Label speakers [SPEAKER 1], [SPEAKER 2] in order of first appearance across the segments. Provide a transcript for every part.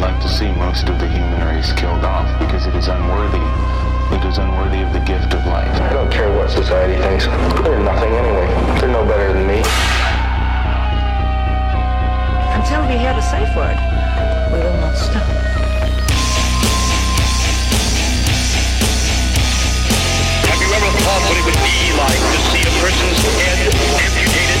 [SPEAKER 1] like to see most of the human race killed off because it is unworthy. It is unworthy of the gift of life.
[SPEAKER 2] I don't care what society thinks. They're nothing anyway. They're no better than me.
[SPEAKER 3] Until we hear the safe word, we will not stop.
[SPEAKER 4] Have you ever thought what it would be like to see a person's head amputated?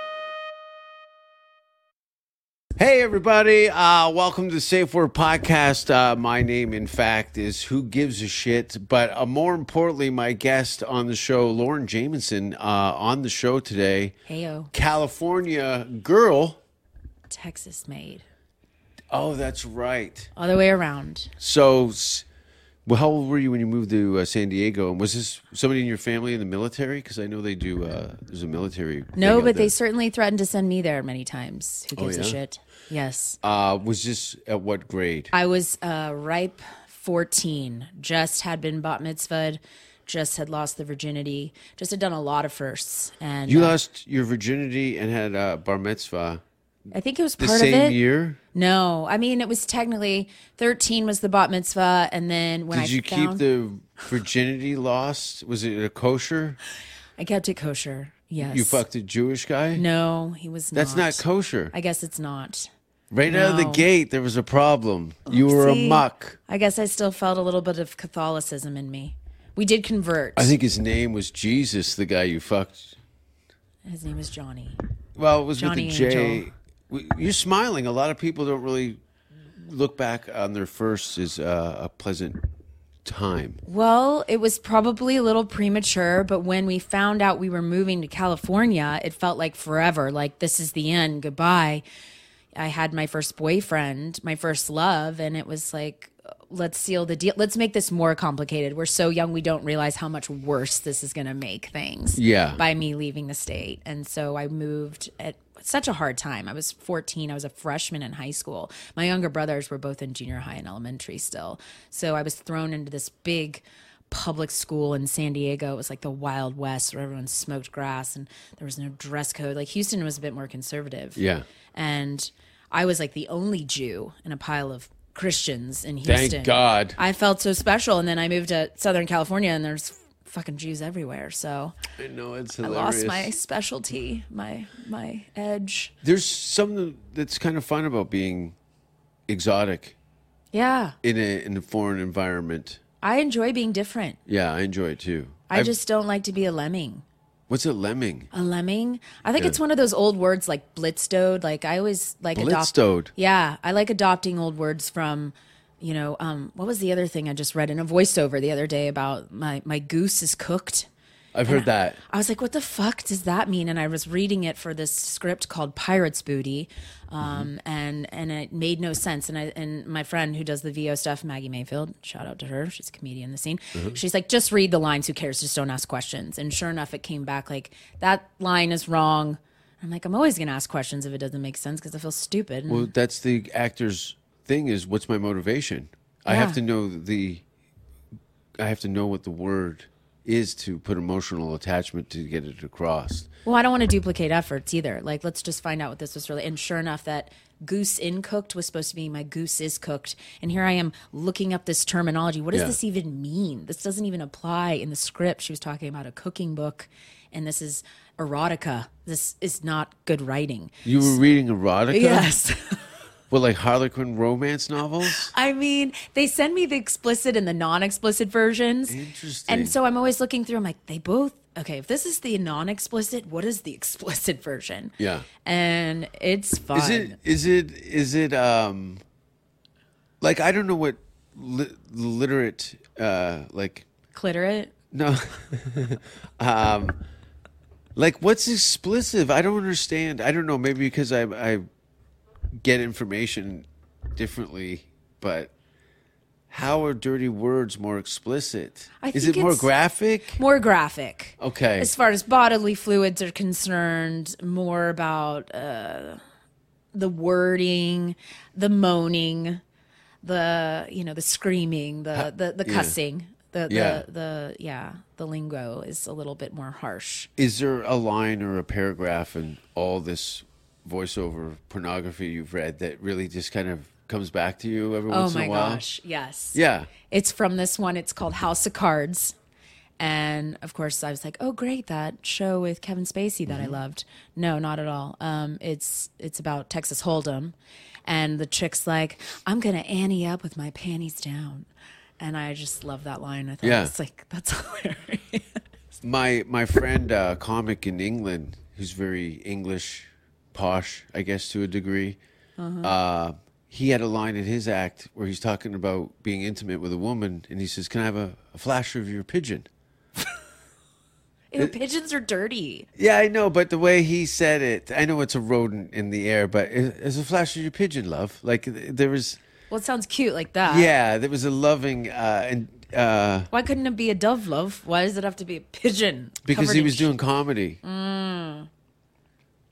[SPEAKER 5] Hey, everybody. Uh, welcome to the Safe Word Podcast. Uh, my name, in fact, is Who Gives a Shit. But uh, more importantly, my guest on the show, Lauren Jamison, uh, on the show today,
[SPEAKER 6] Heyo,
[SPEAKER 5] California girl.
[SPEAKER 6] Texas made.
[SPEAKER 5] Oh, that's right.
[SPEAKER 6] All the way around.
[SPEAKER 5] So, s- well, how old were you when you moved to uh, San Diego? And was this somebody in your family in the military? Because I know they do, uh, there's a military.
[SPEAKER 6] No,
[SPEAKER 5] thing out
[SPEAKER 6] but they
[SPEAKER 5] there.
[SPEAKER 6] certainly threatened to send me there many times. Who gives
[SPEAKER 5] Oh, yeah?
[SPEAKER 6] a shit? Yes.
[SPEAKER 5] Uh, was this at what grade?
[SPEAKER 6] I was uh, ripe 14, just had been bat mitzvahed, just had lost the virginity, just had done a lot of firsts. And
[SPEAKER 5] You
[SPEAKER 6] uh,
[SPEAKER 5] lost your virginity and had uh, bar mitzvah
[SPEAKER 6] I think it was
[SPEAKER 5] the
[SPEAKER 6] part
[SPEAKER 5] same
[SPEAKER 6] of it.
[SPEAKER 5] year.
[SPEAKER 6] No, I mean, it was technically 13 was the bat mitzvah. And then when
[SPEAKER 5] Did
[SPEAKER 6] I
[SPEAKER 5] you keep
[SPEAKER 6] found,
[SPEAKER 5] the virginity lost? Was it a kosher?
[SPEAKER 6] I kept it kosher. Yes.
[SPEAKER 5] You fucked a Jewish guy?
[SPEAKER 6] No, he was
[SPEAKER 5] That's
[SPEAKER 6] not.
[SPEAKER 5] not kosher.
[SPEAKER 6] I guess it's not.
[SPEAKER 5] right out of the
[SPEAKER 6] no.
[SPEAKER 5] gate, there was a problem. You were a
[SPEAKER 6] See,
[SPEAKER 5] muck.
[SPEAKER 6] I guess I still felt a little bit of Catholicism in me. We did convert.
[SPEAKER 5] I think his name was Jesus, the guy you fucked.
[SPEAKER 6] his name is Johnny.
[SPEAKER 5] Well, it was
[SPEAKER 6] Johnny
[SPEAKER 5] with the J.
[SPEAKER 6] Angel.
[SPEAKER 5] W- You're smiling. A lot of people don't really look back on their first as uh, a pleasant time.
[SPEAKER 6] Well, it was probably a little premature, but when we found out we were moving to California, it felt like forever. Like this is the end. Goodbye. I had my first boyfriend, my first love, and it was like let's seal the deal. Let's make this more complicated. We're so young we don't realize how much worse this is going to make things.
[SPEAKER 5] Yeah.
[SPEAKER 6] By me leaving the state. And so I moved at such a hard time. I was 14. I was a freshman in high school. My younger brothers were both in junior high and elementary still. So I was thrown into this big public school in San Diego. It was like the Wild West where everyone smoked grass and there was no dress code. Like Houston was a bit more conservative.
[SPEAKER 5] Yeah.
[SPEAKER 6] And I was like the only Jew in a pile of Christians in Houston.
[SPEAKER 5] Thank God.
[SPEAKER 6] I felt so special. And then I moved to Southern California and there's fucking Jews everywhere. So
[SPEAKER 5] I know it's
[SPEAKER 6] I
[SPEAKER 5] hilarious.
[SPEAKER 6] lost my specialty, my my edge.
[SPEAKER 5] There's something that's kind of fun about being exotic
[SPEAKER 6] Yeah.
[SPEAKER 5] in a in a foreign environment.
[SPEAKER 6] I enjoy being different.
[SPEAKER 5] Yeah, I enjoy it too.
[SPEAKER 6] I
[SPEAKER 5] I've-
[SPEAKER 6] just Oh, don't like to be a lemming.
[SPEAKER 5] what's a lemming?
[SPEAKER 6] A lemming? I think it's one of those old words like blitzdode. Like I always like adopt-
[SPEAKER 5] Blitzdode.
[SPEAKER 6] Yeah, I like adopting old words from, you know, um, what was the other thing I just read in a voiceover the other day about my my goose is cooked.
[SPEAKER 5] I've heard that.
[SPEAKER 6] I was like, what the fuck does that mean? And I was reading it for this script called Pirates Booty, um, and and it made no sense. And I and my friend who does the VO stuff, Maggie Mayfield, shout out to her, she's a comedian in the scene. She's like, just read the lines. Who cares? Just don't ask questions. And sure enough, it came back like that line is wrong. I'm like, I'm always gonna ask questions if it doesn't make sense because I feel stupid. And
[SPEAKER 5] Well, that's the actor's thing is what's my motivation? I have
[SPEAKER 6] Yeah.
[SPEAKER 5] to know the I have to know what the word is to put emotional attachment to get it across.
[SPEAKER 6] Well, I don't want to duplicate efforts either. Like, let's just find out what this was really. And sure enough, that goose in cooked was supposed to be my goose is cooked. And here I am looking up this terminology. What does
[SPEAKER 5] Yeah.
[SPEAKER 6] this even mean? This doesn't even apply in the script. She was talking about a cooking book, and this is erotica. This is not good writing.
[SPEAKER 5] You were reading erotica?
[SPEAKER 6] Yes.
[SPEAKER 5] Well, like Harlequin romance novels?
[SPEAKER 6] I mean, they send me the explicit and the non-explicit versions.
[SPEAKER 5] Interesting.
[SPEAKER 6] And so I'm always looking through. I'm like, they both. Okay, if this is the non-explicit, what is the explicit version?
[SPEAKER 5] Yeah.
[SPEAKER 6] And it's fun.
[SPEAKER 5] Is it is it is it um like I don't know what li- literate uh like
[SPEAKER 6] Clitorate.
[SPEAKER 5] No. um, like, what's explicit? I don't understand. I don't know. Maybe because I I get information differently, but How are dirty words more explicit?
[SPEAKER 6] I
[SPEAKER 5] Is
[SPEAKER 6] think
[SPEAKER 5] it more
[SPEAKER 6] it's-
[SPEAKER 5] graphic?
[SPEAKER 6] more graphic.
[SPEAKER 5] Okay.
[SPEAKER 6] As far as bodily fluids are concerned, more about uh, the wording, the moaning, the you know the screaming, the the, the
[SPEAKER 5] yeah.
[SPEAKER 6] cussing, the,
[SPEAKER 5] Yeah.
[SPEAKER 6] the the yeah the lingo is a little bit more harsh.
[SPEAKER 5] Is there a line or a paragraph in all this voiceover pornography you've read that really just kind of comes back to you every
[SPEAKER 6] Oh
[SPEAKER 5] once in
[SPEAKER 6] my
[SPEAKER 5] a while?
[SPEAKER 6] gosh, yes.
[SPEAKER 5] Yeah.
[SPEAKER 6] It's from this one. It's called House of Cards. And of course, I was like, "Oh, great! That show with Kevin Spacey that I
[SPEAKER 5] Mm-hmm.
[SPEAKER 6] loved." No, not at all. Um, it's it's about Texas Hold'em, and the chick's like, "I'm gonna Annie up with my panties down," and I just love that line. I thought
[SPEAKER 5] Yeah.
[SPEAKER 6] it's like that's hilarious.
[SPEAKER 5] My my friend, uh, comic in England, who's very English, posh, I guess to a degree. uh he had a line in his act where he's talking about being intimate with a woman, and he says, "Can I have a, a flash of your pigeon?"
[SPEAKER 6] Ew, pigeons are dirty.
[SPEAKER 5] Yeah, I know, but the way he said it, I know it's a rodent in the air, but it- it's a flash of your pigeon, love. Like th- there was.
[SPEAKER 6] Well, it sounds cute like that.
[SPEAKER 5] Yeah, there was a loving uh, and uh,
[SPEAKER 6] Why couldn't it be a dove, love? Why does it have to be a pigeon?
[SPEAKER 5] because
[SPEAKER 6] covered
[SPEAKER 5] he
[SPEAKER 6] in
[SPEAKER 5] was
[SPEAKER 6] sh-
[SPEAKER 5] doing comedy.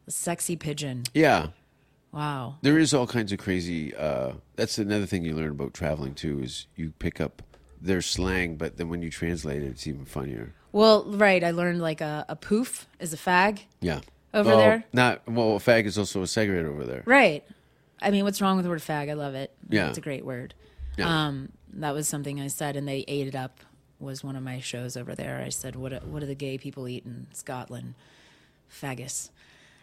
[SPEAKER 6] a sexy pigeon.
[SPEAKER 5] Yeah,
[SPEAKER 6] Wow.
[SPEAKER 5] there is all kinds of crazy. Uh, that's another thing you learn about traveling too is you pick up their slang, but then when you translate it, it's even funnier.
[SPEAKER 6] Well, right. I learned like a, a poof is a fag.
[SPEAKER 5] Yeah,
[SPEAKER 6] Over
[SPEAKER 5] Well,
[SPEAKER 6] there?
[SPEAKER 5] Not well. A fag is also a cigarette over there.
[SPEAKER 6] Right. I mean, what's wrong with the word fag? I love it.
[SPEAKER 5] Yeah.
[SPEAKER 6] It's a great word.
[SPEAKER 5] Yeah.
[SPEAKER 6] Um, that was something I said, and they ate it up. Was one of my shows over there. I said, "What do- what do the gay people eat in Scotland? Faggus."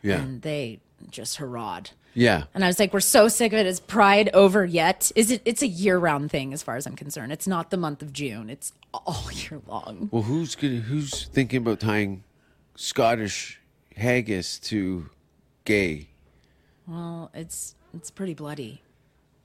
[SPEAKER 5] Yeah.
[SPEAKER 6] And they just hurrahed.
[SPEAKER 5] Yeah.
[SPEAKER 6] And I was like, "We're so sick of it. Is Pride over yet? Is it? It's a year round thing, as far as I'm concerned. It's not the month of June. It's all year long."
[SPEAKER 5] Well, who's gonna, who's thinking about tying Scottish haggis to gay?
[SPEAKER 6] Well, it's it's pretty bloody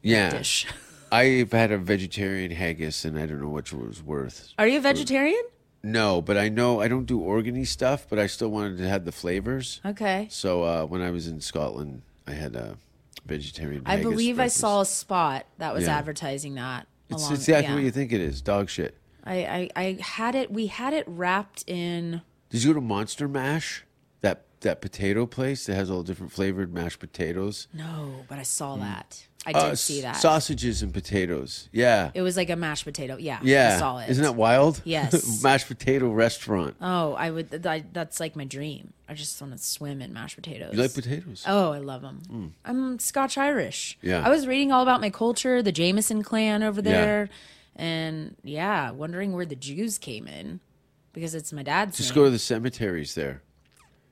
[SPEAKER 5] Yeah.
[SPEAKER 6] dish.
[SPEAKER 5] I've had a vegetarian haggis, and I don't know which it was worth.
[SPEAKER 6] Are you a vegetarian?
[SPEAKER 5] No, but I know I don't do organy stuff, but I still wanted to have the flavors.
[SPEAKER 6] Okay.
[SPEAKER 5] So uh, when I was in Scotland, I had a vegetarian.
[SPEAKER 6] I
[SPEAKER 5] haggis
[SPEAKER 6] believe I
[SPEAKER 5] breakfast.
[SPEAKER 6] saw a spot that was
[SPEAKER 5] Yeah.
[SPEAKER 6] advertising that.
[SPEAKER 5] It's
[SPEAKER 6] along-
[SPEAKER 5] exactly
[SPEAKER 6] yeah.
[SPEAKER 5] what you think it is. Dog shit.
[SPEAKER 6] I, I I had it. We had it wrapped in.
[SPEAKER 5] Did you go to Monster Mash? That that potato place that has all different flavored mashed potatoes.
[SPEAKER 6] No, but I saw that. I
[SPEAKER 5] Uh,
[SPEAKER 6] did see that.
[SPEAKER 5] s- Sausages and potatoes. Yeah.
[SPEAKER 6] it was like a mashed potato. Yeah.
[SPEAKER 5] yeah.
[SPEAKER 6] I saw it.
[SPEAKER 5] Isn't that wild?
[SPEAKER 6] Yes.
[SPEAKER 5] mashed potato restaurant.
[SPEAKER 6] Oh, I would. th- I, that's like my dream. I just want to swim in mashed potatoes.
[SPEAKER 5] you like potatoes?
[SPEAKER 6] Oh, I love them. I'm Scotch Irish.
[SPEAKER 5] Yeah.
[SPEAKER 6] I was reading all about my culture, the Jameson clan over
[SPEAKER 5] Yeah.
[SPEAKER 6] there, and yeah, wondering where the Jews came in because it's my dad's.
[SPEAKER 5] Just
[SPEAKER 6] name.
[SPEAKER 5] go to the cemeteries there.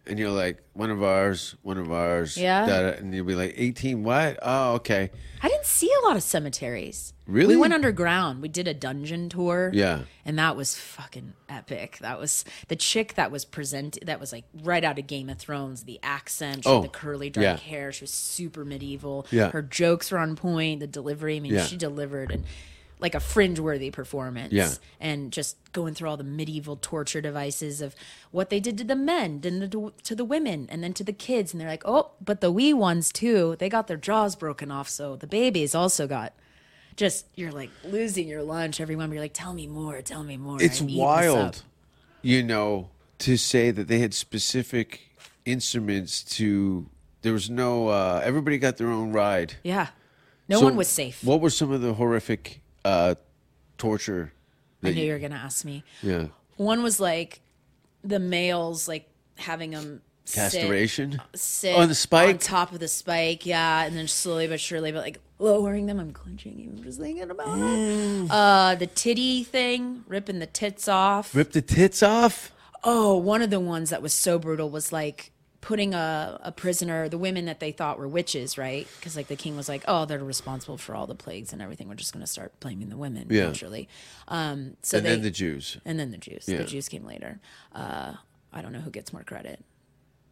[SPEAKER 5] And you're like, one of ours, one of ours.
[SPEAKER 6] Yeah.
[SPEAKER 5] da- da- and you'll be like, 18, what? Oh, okay.
[SPEAKER 6] I didn't see a lot of cemeteries.
[SPEAKER 5] Really?
[SPEAKER 6] We went underground. We did a dungeon tour.
[SPEAKER 5] Yeah.
[SPEAKER 6] And that was fucking epic. That was the chick that was presented that was like right out of Game of Thrones, the accent, she
[SPEAKER 5] Oh,
[SPEAKER 6] had the curly dark
[SPEAKER 5] yeah.
[SPEAKER 6] hair, she was super medieval.
[SPEAKER 5] Yeah.
[SPEAKER 6] Her jokes were on point, the delivery, I mean,
[SPEAKER 5] Yeah.
[SPEAKER 6] she delivered and like a fringe-worthy performance
[SPEAKER 5] Yeah.
[SPEAKER 6] and just going through all the medieval torture devices of what they did to the men then the, to the women and then to the kids and they're like oh but the wee ones too they got their jaws broken off so the babies also got just you're like losing your lunch everyone you're like tell me more tell me more
[SPEAKER 5] It's
[SPEAKER 6] I'm eating this
[SPEAKER 5] wild,
[SPEAKER 6] up."
[SPEAKER 5] you know, to say that they had specific instruments to. There was no. Uh, everybody got their own ride.
[SPEAKER 6] yeah no
[SPEAKER 5] So
[SPEAKER 6] one was safe
[SPEAKER 5] What were some of the horrific uh, torture?
[SPEAKER 6] i
[SPEAKER 5] that
[SPEAKER 6] knew
[SPEAKER 5] you-
[SPEAKER 6] you were gonna ask me
[SPEAKER 5] yeah.
[SPEAKER 6] one was like the males like having them
[SPEAKER 5] Castration?
[SPEAKER 6] sit
[SPEAKER 5] On the spike?
[SPEAKER 6] on top of the spike, yeah, and then slowly but surely, but like lowering them. I'm clenching, even just thinking about it. Uh, the titty thing, ripping the tits off.
[SPEAKER 5] Rip the tits off?
[SPEAKER 6] Oh, one of the ones that was so brutal was like putting a, a prisoner, the women that they thought were witches, right? Because like the king was like, oh, they're responsible for all the plagues and everything. We're just going to start blaming the women,
[SPEAKER 5] Yeah.
[SPEAKER 6] naturally. Um, so
[SPEAKER 5] and
[SPEAKER 6] they,
[SPEAKER 5] then the Jews.
[SPEAKER 6] and then the Jews.
[SPEAKER 5] Yeah.
[SPEAKER 6] The Jews came later. Uh, I don't know who gets more credit.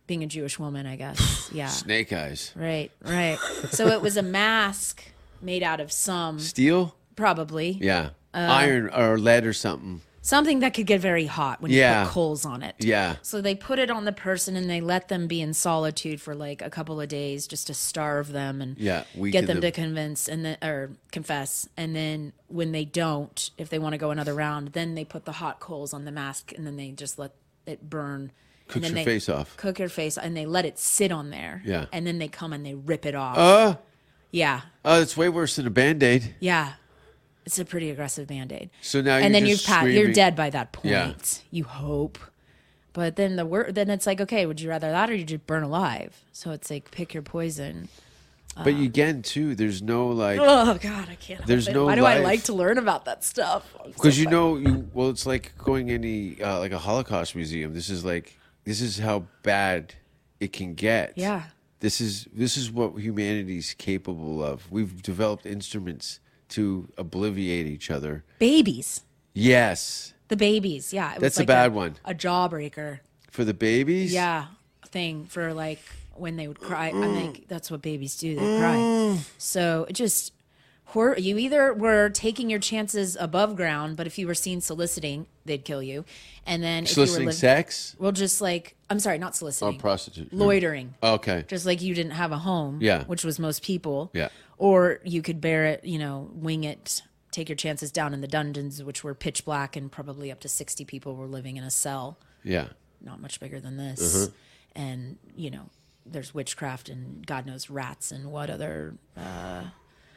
[SPEAKER 6] Being a Jewish woman, I guess. Yeah.
[SPEAKER 5] Snake eyes.
[SPEAKER 6] Right, right. so it was a mask made out of some,
[SPEAKER 5] Steel?
[SPEAKER 6] probably. Uh,
[SPEAKER 5] Yeah. Iron or lead or something.
[SPEAKER 6] something that could get very hot when
[SPEAKER 5] Yeah.
[SPEAKER 6] you put coals on it.
[SPEAKER 5] Yeah.
[SPEAKER 6] So they put it on the person and they let them be in solitude for like a couple of days just to starve them and
[SPEAKER 5] Yeah, weaken
[SPEAKER 6] get them
[SPEAKER 5] them.
[SPEAKER 6] to convince and then or confess. And then when they don't, if they want to go another round, then they put the hot coals on the mask and then they just let it burn.
[SPEAKER 5] Cooks
[SPEAKER 6] and then
[SPEAKER 5] your
[SPEAKER 6] they
[SPEAKER 5] face off.
[SPEAKER 6] Cook your face and they let it sit on there.
[SPEAKER 5] Yeah. Uh?
[SPEAKER 6] And then they come and they rip it off. yeah.
[SPEAKER 5] Oh, it's way worse than a band aid.
[SPEAKER 6] Yeah. It's a pretty aggressive band aid.
[SPEAKER 5] So now you're
[SPEAKER 6] and then
[SPEAKER 5] just
[SPEAKER 6] you've pat, you're
[SPEAKER 5] screaming.
[SPEAKER 6] dead by that point.
[SPEAKER 5] Yeah.
[SPEAKER 6] You hope, but then the word then it's like okay, would you rather that or you just burn alive? So it's like pick your poison.
[SPEAKER 5] But again, too, there's no like.
[SPEAKER 6] Oh God, I can't. help
[SPEAKER 5] There's
[SPEAKER 6] it.
[SPEAKER 5] no
[SPEAKER 6] Why do I
[SPEAKER 5] life.
[SPEAKER 6] like to learn about that stuff? I'm so
[SPEAKER 5] because you
[SPEAKER 6] fucking-
[SPEAKER 5] know you well it's like going any uh, like a holocaust museum this is like this is how bad it can get
[SPEAKER 6] Yeah.
[SPEAKER 5] this is this is what humanity's capable of we've developed instruments to obliviate each other
[SPEAKER 6] babies,
[SPEAKER 5] yes
[SPEAKER 6] the babies. Yeah, it was
[SPEAKER 5] That's a
[SPEAKER 6] like
[SPEAKER 5] bad one.
[SPEAKER 6] A jawbreaker.
[SPEAKER 5] for the babies
[SPEAKER 6] Yeah, thing for like when they would cry. I'm
[SPEAKER 5] Mm.
[SPEAKER 6] like, that's what babies do. They cry. So it just hor- you either were taking your chances above ground, but if you were seen soliciting, they'd kill you. And then if you were
[SPEAKER 5] soliciting
[SPEAKER 6] living,
[SPEAKER 5] sex Oh,
[SPEAKER 6] well, just like I'm sorry, not
[SPEAKER 5] or
[SPEAKER 6] soliciting,
[SPEAKER 5] prostitute
[SPEAKER 6] loitering.
[SPEAKER 5] okay
[SPEAKER 6] Just like you didn't have a home,
[SPEAKER 5] Yeah.
[SPEAKER 6] which was most people,
[SPEAKER 5] Yeah.
[SPEAKER 6] Or you could bear it, you know, wing it, take your chances down in the dungeons, which were pitch black, and probably up to sixty people were living in a cell
[SPEAKER 5] yeah
[SPEAKER 6] not much bigger than this.
[SPEAKER 5] Mm-hmm.
[SPEAKER 6] And, you know, there's witchcraft and God knows rats and what other. uh,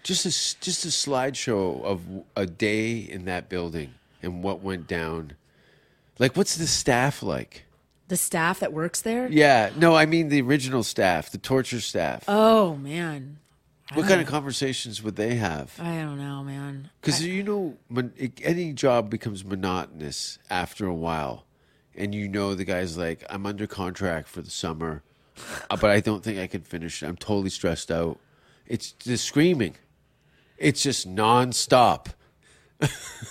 [SPEAKER 5] just a s- just a slideshow of a day in that building and what went down like what's the staff like
[SPEAKER 6] The staff that works there?
[SPEAKER 5] Yeah, no, I mean the original staff, the torture staff.
[SPEAKER 6] Oh, man.
[SPEAKER 5] what kind of conversations would they have?
[SPEAKER 6] I don't know, man.
[SPEAKER 5] Because you know, mon- it- any job becomes monotonous after a while, and you know the guy's like, "I'm under contract for the summer, uh, but I don't think I can finish. it. I'm totally stressed out." It's the screaming. It's just nonstop.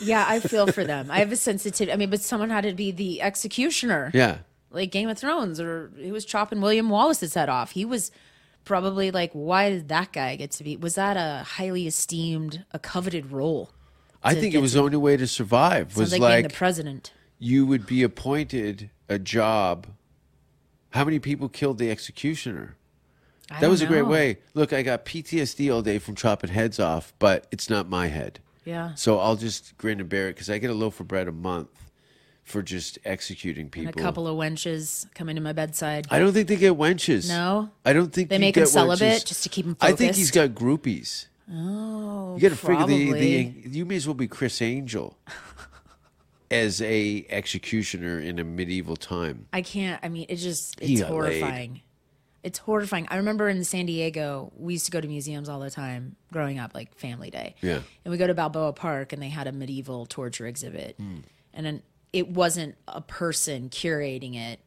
[SPEAKER 6] Yeah, I feel for them. I have a sensitivity. I mean, but someone had to be the executioner,
[SPEAKER 5] Yeah,
[SPEAKER 6] like Game of Thrones, or who was chopping William Wallace's head off. He was probably like, why did that guy get to be? Was that a highly esteemed, a coveted role?
[SPEAKER 5] I
[SPEAKER 6] To
[SPEAKER 5] think it
[SPEAKER 6] get
[SPEAKER 5] was the only way to survive
[SPEAKER 6] Sounds
[SPEAKER 5] was
[SPEAKER 6] like, being
[SPEAKER 5] like
[SPEAKER 6] the president.
[SPEAKER 5] you would be appointed a job. How many people killed the executioner?
[SPEAKER 6] I
[SPEAKER 5] That
[SPEAKER 6] don't
[SPEAKER 5] was a great
[SPEAKER 6] know.
[SPEAKER 5] way. Look, I got PTSD all day from chopping heads off, but it's not my head.
[SPEAKER 6] Yeah.
[SPEAKER 5] So I'll just grin and bear it because I get a loaf of bread a month for just executing people.
[SPEAKER 6] And a couple of wenches coming to my bedside.
[SPEAKER 5] I don't think they get wenches.
[SPEAKER 6] No?
[SPEAKER 5] I don't think
[SPEAKER 6] They
[SPEAKER 5] you
[SPEAKER 6] make 'em
[SPEAKER 5] get
[SPEAKER 6] celibate
[SPEAKER 5] wenches.
[SPEAKER 6] just to keep 'em
[SPEAKER 5] I think he's got groupies.
[SPEAKER 6] Oh,
[SPEAKER 5] You got to figure the, the you may as well be Chris Angel as a executioner in a medieval time.
[SPEAKER 6] I can't. I mean, it just
[SPEAKER 5] He
[SPEAKER 6] it's
[SPEAKER 5] got laid.
[SPEAKER 6] horrifying. It's horrifying. I remember in San Diego, we used to go to museums all the time growing up, like Family Day.
[SPEAKER 5] Yeah.
[SPEAKER 6] And we go to Balboa Park, and they had a medieval torture exhibit,
[SPEAKER 5] Hmm.
[SPEAKER 6] and then it wasn't a person curating it,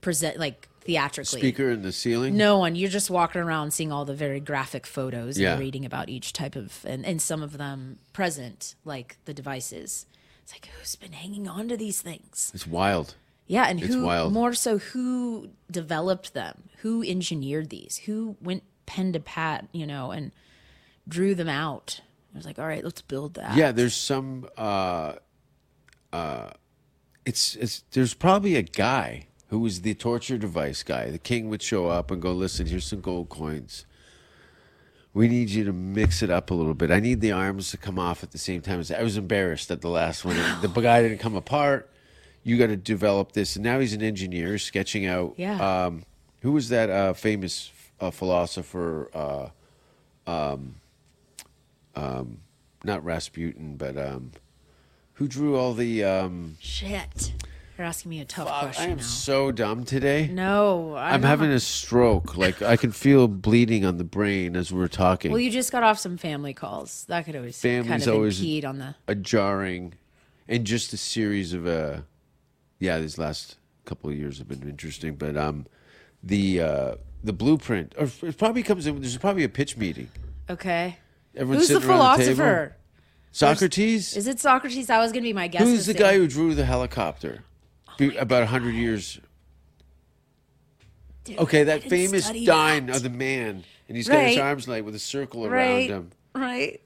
[SPEAKER 6] present like theatrically.
[SPEAKER 5] Speaker in the ceiling.
[SPEAKER 6] No one. You're just walking around seeing all the very graphic photos
[SPEAKER 5] Yeah.
[SPEAKER 6] and reading about each type of, and, and some of them present, like the devices. It's like, who's been hanging on to these things?
[SPEAKER 5] it's wild.
[SPEAKER 6] Yeah. And
[SPEAKER 5] It's
[SPEAKER 6] who,
[SPEAKER 5] wild.
[SPEAKER 6] more so, who developed them? Who engineered these? Who went pen to pad, you know, and drew them out? I was like, all right, let's build that.
[SPEAKER 5] Yeah, there's some. Uh, uh, it's it's there's probably a guy who was the torture device guy. The king would show up and go, "Listen, here's some gold coins. We need you to mix it up a little bit. I need the arms to come off at the same time." as I was embarrassed at the last one. The guy didn't come apart. You got to develop this, and now he's an engineer sketching out.
[SPEAKER 6] Yeah.
[SPEAKER 5] Um, who was that uh, famous uh, philosopher? Uh, um, not Rasputin, but um, who drew all the? Um,
[SPEAKER 6] Shit. You're asking me a tough
[SPEAKER 5] I
[SPEAKER 6] question
[SPEAKER 5] am
[SPEAKER 6] now.
[SPEAKER 5] so dumb today.
[SPEAKER 6] no, I
[SPEAKER 5] I'm
[SPEAKER 6] don't-
[SPEAKER 5] having a stroke. Like I can feel bleeding on the brain as we're talking.
[SPEAKER 6] Well, you just got off some family calls. That could always kind
[SPEAKER 5] Family's
[SPEAKER 6] of
[SPEAKER 5] always-
[SPEAKER 6] impede on the.
[SPEAKER 5] a jarring, and just a series of uh, yeah. These last couple of years have been interesting, but um, the uh, the blueprint, or it probably comes in. There's probably a pitch meeting.
[SPEAKER 6] Okay.
[SPEAKER 5] Everyone's
[SPEAKER 6] Who's the
[SPEAKER 5] sitting around table.
[SPEAKER 6] philosopher?
[SPEAKER 5] Socrates.
[SPEAKER 6] Is it Socrates? That was going to be my guess.
[SPEAKER 5] Who's the
[SPEAKER 6] to say-
[SPEAKER 5] guy who drew the helicopter?
[SPEAKER 6] Oh
[SPEAKER 5] Be, about a hundred years. okay, that
[SPEAKER 6] didn't
[SPEAKER 5] famous
[SPEAKER 6] study
[SPEAKER 5] dine of the man, and he's got his
[SPEAKER 6] Right.
[SPEAKER 5] arms like with a circle around
[SPEAKER 6] Right.
[SPEAKER 5] him.
[SPEAKER 6] Right.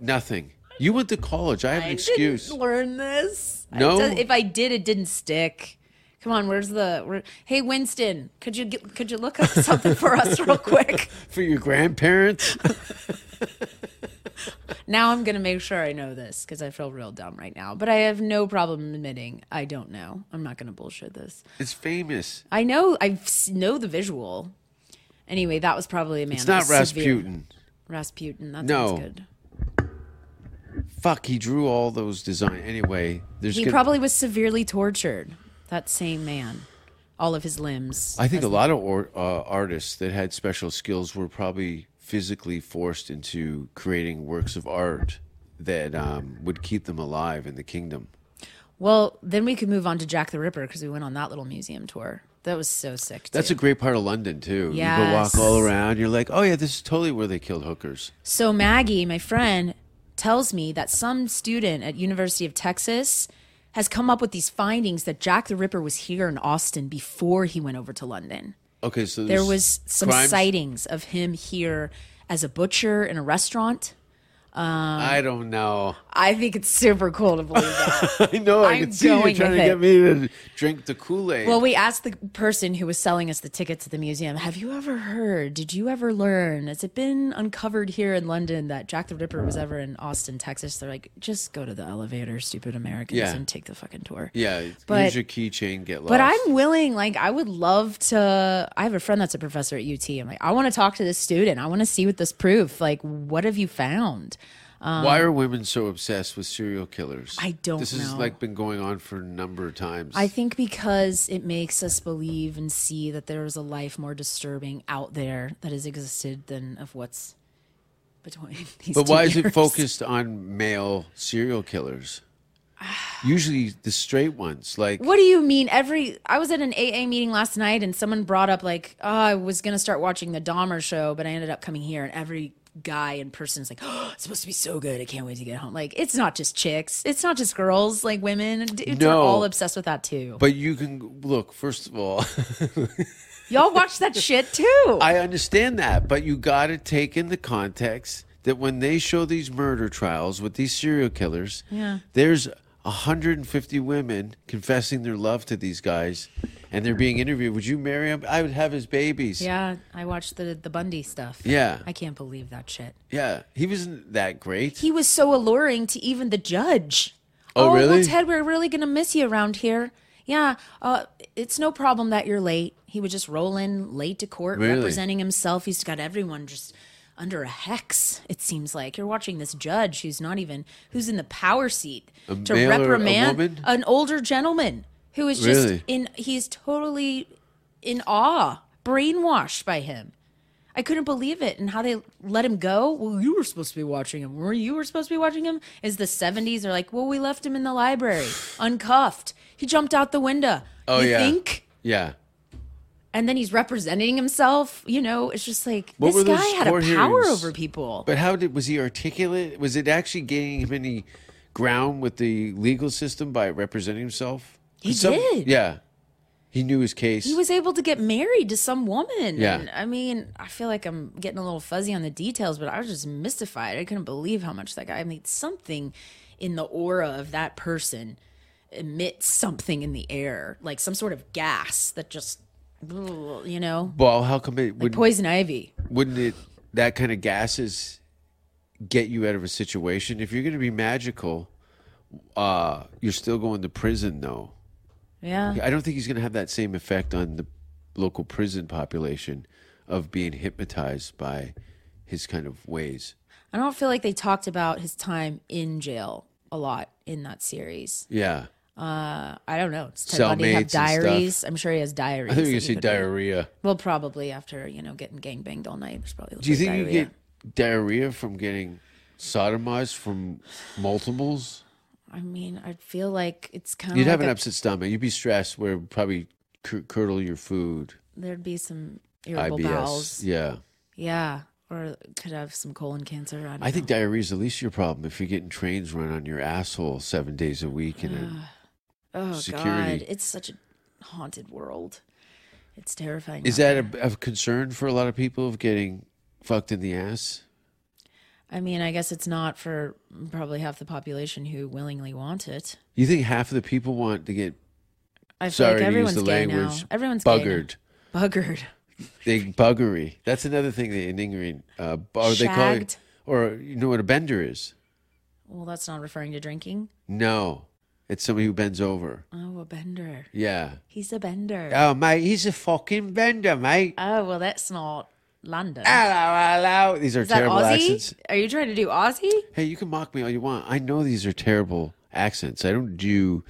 [SPEAKER 5] Nothing. You went to college. I have an excuse.
[SPEAKER 6] Didn't learn this. I
[SPEAKER 5] No?
[SPEAKER 6] does- if I did, it didn't stick. Come on, where's the? Where, hey, Winston, could you get, could you look up something for us real quick?
[SPEAKER 5] For your grandparents?
[SPEAKER 6] Now I'm gonna make sure I know this because I feel real dumb right now. But I have no problem admitting I don't know. I'm not gonna bullshit this.
[SPEAKER 5] it's famous.
[SPEAKER 6] I know I know the visual. Anyway, that was probably a man.
[SPEAKER 5] It's
[SPEAKER 6] that
[SPEAKER 5] not
[SPEAKER 6] was severe.
[SPEAKER 5] Rasputin.
[SPEAKER 6] Rasputin. That
[SPEAKER 5] No.
[SPEAKER 6] sounds good.
[SPEAKER 5] Fuck, he drew all those designs. Anyway, there's
[SPEAKER 6] He
[SPEAKER 5] gonna-
[SPEAKER 6] probably was severely tortured. That same man, all of his limbs.
[SPEAKER 5] I think a lot of or, uh, artists that had special skills were probably physically forced into creating works of art that um, would keep them alive in the kingdom.
[SPEAKER 6] Well, then we could move on to Jack the Ripper because we went on that little museum tour. That was so sick.
[SPEAKER 5] That's a
[SPEAKER 6] too.
[SPEAKER 5] great part of London too. You go walk
[SPEAKER 6] Yes.
[SPEAKER 5] all around. You're like, oh yeah, this is totally where they killed hookers.
[SPEAKER 6] so Maggie, my friend, tells me that some student at University of Texas has come up with these findings that Jack the Ripper was here in Austin before he went over to London.
[SPEAKER 5] Okay, so
[SPEAKER 6] There
[SPEAKER 5] there's
[SPEAKER 6] was some
[SPEAKER 5] crimes-
[SPEAKER 6] sightings of him here as a butcher in a restaurant.
[SPEAKER 5] I don't know.
[SPEAKER 6] I think it's super cool to believe that.
[SPEAKER 5] I know. I
[SPEAKER 6] I'm
[SPEAKER 5] can see you
[SPEAKER 6] going
[SPEAKER 5] trying to
[SPEAKER 6] with
[SPEAKER 5] get
[SPEAKER 6] it.
[SPEAKER 5] me to drink the Kool Aid.
[SPEAKER 6] Well, we asked the person who was selling us the ticket to the museum, have you ever heard, did you ever learn, has it been uncovered here in London that Jack the Ripper was ever in Austin, Texas? They're like, just go to the elevator, stupid Americans,
[SPEAKER 5] Yeah.
[SPEAKER 6] and take the fucking tour.
[SPEAKER 5] yeah,
[SPEAKER 6] but-
[SPEAKER 5] use your keychain. Get lost.
[SPEAKER 6] But I'm willing, like, I would love to. I have a friend that's a professor at UT. I'm like, I want to talk to this student. I want to see what this proof, like, what have you found?
[SPEAKER 5] Why are women so obsessed with serial killers?
[SPEAKER 6] Um, I don't
[SPEAKER 5] This has
[SPEAKER 6] know.
[SPEAKER 5] like been going on for a number of times.
[SPEAKER 6] I think because it makes us believe and see that there is a life more disturbing out there that has existed than of what's between these.
[SPEAKER 5] But
[SPEAKER 6] two
[SPEAKER 5] why is it
[SPEAKER 6] years.
[SPEAKER 5] focused on male serial killers? Usually the straight ones, like
[SPEAKER 6] What do you mean? Every I was at an AA meeting last night, and someone brought up like, "Oh, I was gonna start watching the Dahmer show, but I ended up coming here." And every guy in person is like, "Oh, it's supposed to be so good! I can't wait to get home." Like, it's not just chicks, it's not just girls, like women. Dudes are
[SPEAKER 5] No.
[SPEAKER 6] all obsessed with that too.
[SPEAKER 5] But you can look. First of all,
[SPEAKER 6] Y'all watch that shit too.
[SPEAKER 5] I understand that, but you got to take in the context that when they show these murder trials with these serial killers,
[SPEAKER 6] Yeah.
[SPEAKER 5] there's 150 women confessing their love to these guys, and they're being interviewed. Would you marry him? I would have his babies.
[SPEAKER 6] Yeah, I watched the the Bundy stuff.
[SPEAKER 5] Yeah.
[SPEAKER 6] I can't believe that shit.
[SPEAKER 5] Yeah. He wasn't that great.
[SPEAKER 6] He was so alluring to even the judge.
[SPEAKER 5] Oh, really?
[SPEAKER 6] Well, Ted, we're really gonna miss you around here. Yeah, uh, it's no problem that you're late. He would just roll in late to court,
[SPEAKER 5] Really?
[SPEAKER 6] representing himself. He's got everyone just under a hex. It seems like you're watching this judge who's not even who's in the power seat to
[SPEAKER 5] male or a
[SPEAKER 6] reprimand
[SPEAKER 5] woman?
[SPEAKER 6] an older gentleman who is just
[SPEAKER 5] Really?
[SPEAKER 6] in. He's totally in awe, brainwashed by him. I couldn't believe it and how they let him go. Well, you were supposed to be watching him. Were you were supposed to be watching him? Is the 70s are like, well, we left him in the library, uncuffed. He jumped out the window.
[SPEAKER 5] oh
[SPEAKER 6] you
[SPEAKER 5] yeah.
[SPEAKER 6] think?
[SPEAKER 5] Yeah.
[SPEAKER 6] And then he's representing himself. You know, it's just like
[SPEAKER 5] What were
[SPEAKER 6] this
[SPEAKER 5] those
[SPEAKER 6] guy had a power
[SPEAKER 5] court hearings?
[SPEAKER 6] over people.
[SPEAKER 5] But how did was he articulate? Was it actually gaining him any ground with the legal system by representing himself?
[SPEAKER 6] He did.
[SPEAKER 5] Yeah. He knew his case.
[SPEAKER 6] he was able to get married to some woman.
[SPEAKER 5] Yeah.
[SPEAKER 6] And, I mean, I feel like I'm getting a little fuzzy on the details, but I was just mystified. I couldn't believe how much that guy, I mean, something in the aura of that person emits something in the air, like some sort of gas that just, you know,
[SPEAKER 5] well, how come it wouldn't,
[SPEAKER 6] poison ivy.
[SPEAKER 5] wouldn't it that kind of gases get you out of a situation? If you're going to be magical, uh, you're still going to prison though.
[SPEAKER 6] Yeah.
[SPEAKER 5] I don't think he's going to have that same effect on the local prison population of being hypnotized by his kind of ways.
[SPEAKER 6] I don't feel like they talked about his time in jail a lot in that series.
[SPEAKER 5] Yeah.
[SPEAKER 6] I don't know. Does Ted Bundy
[SPEAKER 5] Cellmates
[SPEAKER 6] have
[SPEAKER 5] and stuff.
[SPEAKER 6] diaries? I'm sure he has diaries.
[SPEAKER 5] I think
[SPEAKER 6] that
[SPEAKER 5] you can
[SPEAKER 6] he
[SPEAKER 5] see
[SPEAKER 6] could read.
[SPEAKER 5] diarrhea.
[SPEAKER 6] Well, probably after you know getting gang banged all night. There's probably a
[SPEAKER 5] Do you
[SPEAKER 6] little
[SPEAKER 5] think
[SPEAKER 6] diarrhea.
[SPEAKER 5] you get diarrhea from getting sodomized from multiples?
[SPEAKER 6] I mean, I feel like it's kind of.
[SPEAKER 5] You'd
[SPEAKER 6] like
[SPEAKER 5] have an
[SPEAKER 6] a-
[SPEAKER 5] upset stomach. You'd be stressed, where it would probably cur- curdle your food.
[SPEAKER 6] There'd be some irritable
[SPEAKER 5] IBS.
[SPEAKER 6] bowels. Yeah.
[SPEAKER 5] Yeah,
[SPEAKER 6] or could have some colon cancer. I, don't
[SPEAKER 5] I think
[SPEAKER 6] know.
[SPEAKER 5] diarrhea is the least of your problem if you're getting trains run on your asshole seven days a week. And it-
[SPEAKER 6] Oh
[SPEAKER 5] security-
[SPEAKER 6] God, it's such a haunted world. It's terrifying.
[SPEAKER 5] is
[SPEAKER 6] out
[SPEAKER 5] that a, a concern for a lot of people of getting fucked in the ass?
[SPEAKER 6] I mean, I guess it's not for probably half the population who willingly want it.
[SPEAKER 5] You think half of the people want to get
[SPEAKER 6] I feel
[SPEAKER 5] sorry
[SPEAKER 6] like
[SPEAKER 5] to use
[SPEAKER 6] everyone's
[SPEAKER 5] the
[SPEAKER 6] gay
[SPEAKER 5] language
[SPEAKER 6] now. Everyone's
[SPEAKER 5] buggered.
[SPEAKER 6] Gay now. Buggered.
[SPEAKER 5] They buggery. That's another thing that in England, uh, bu- or they call it,
[SPEAKER 6] Shagged.
[SPEAKER 5] or you know what a bender is?
[SPEAKER 6] Well, that's not referring to drinking.
[SPEAKER 5] No, it's somebody who bends over.
[SPEAKER 6] Oh, a bender.
[SPEAKER 5] Yeah.
[SPEAKER 6] He's a bender.
[SPEAKER 5] Oh mate, he's a fucking bender, mate.
[SPEAKER 6] Oh well, that's not London.
[SPEAKER 5] Hello, hello. These are
[SPEAKER 6] Is that
[SPEAKER 5] Ah, terrible
[SPEAKER 6] Aussie?
[SPEAKER 5] accents.
[SPEAKER 6] Are you trying to do Aussie?
[SPEAKER 5] Hey, you can mock me all you want. I know these are terrible accents. I don't do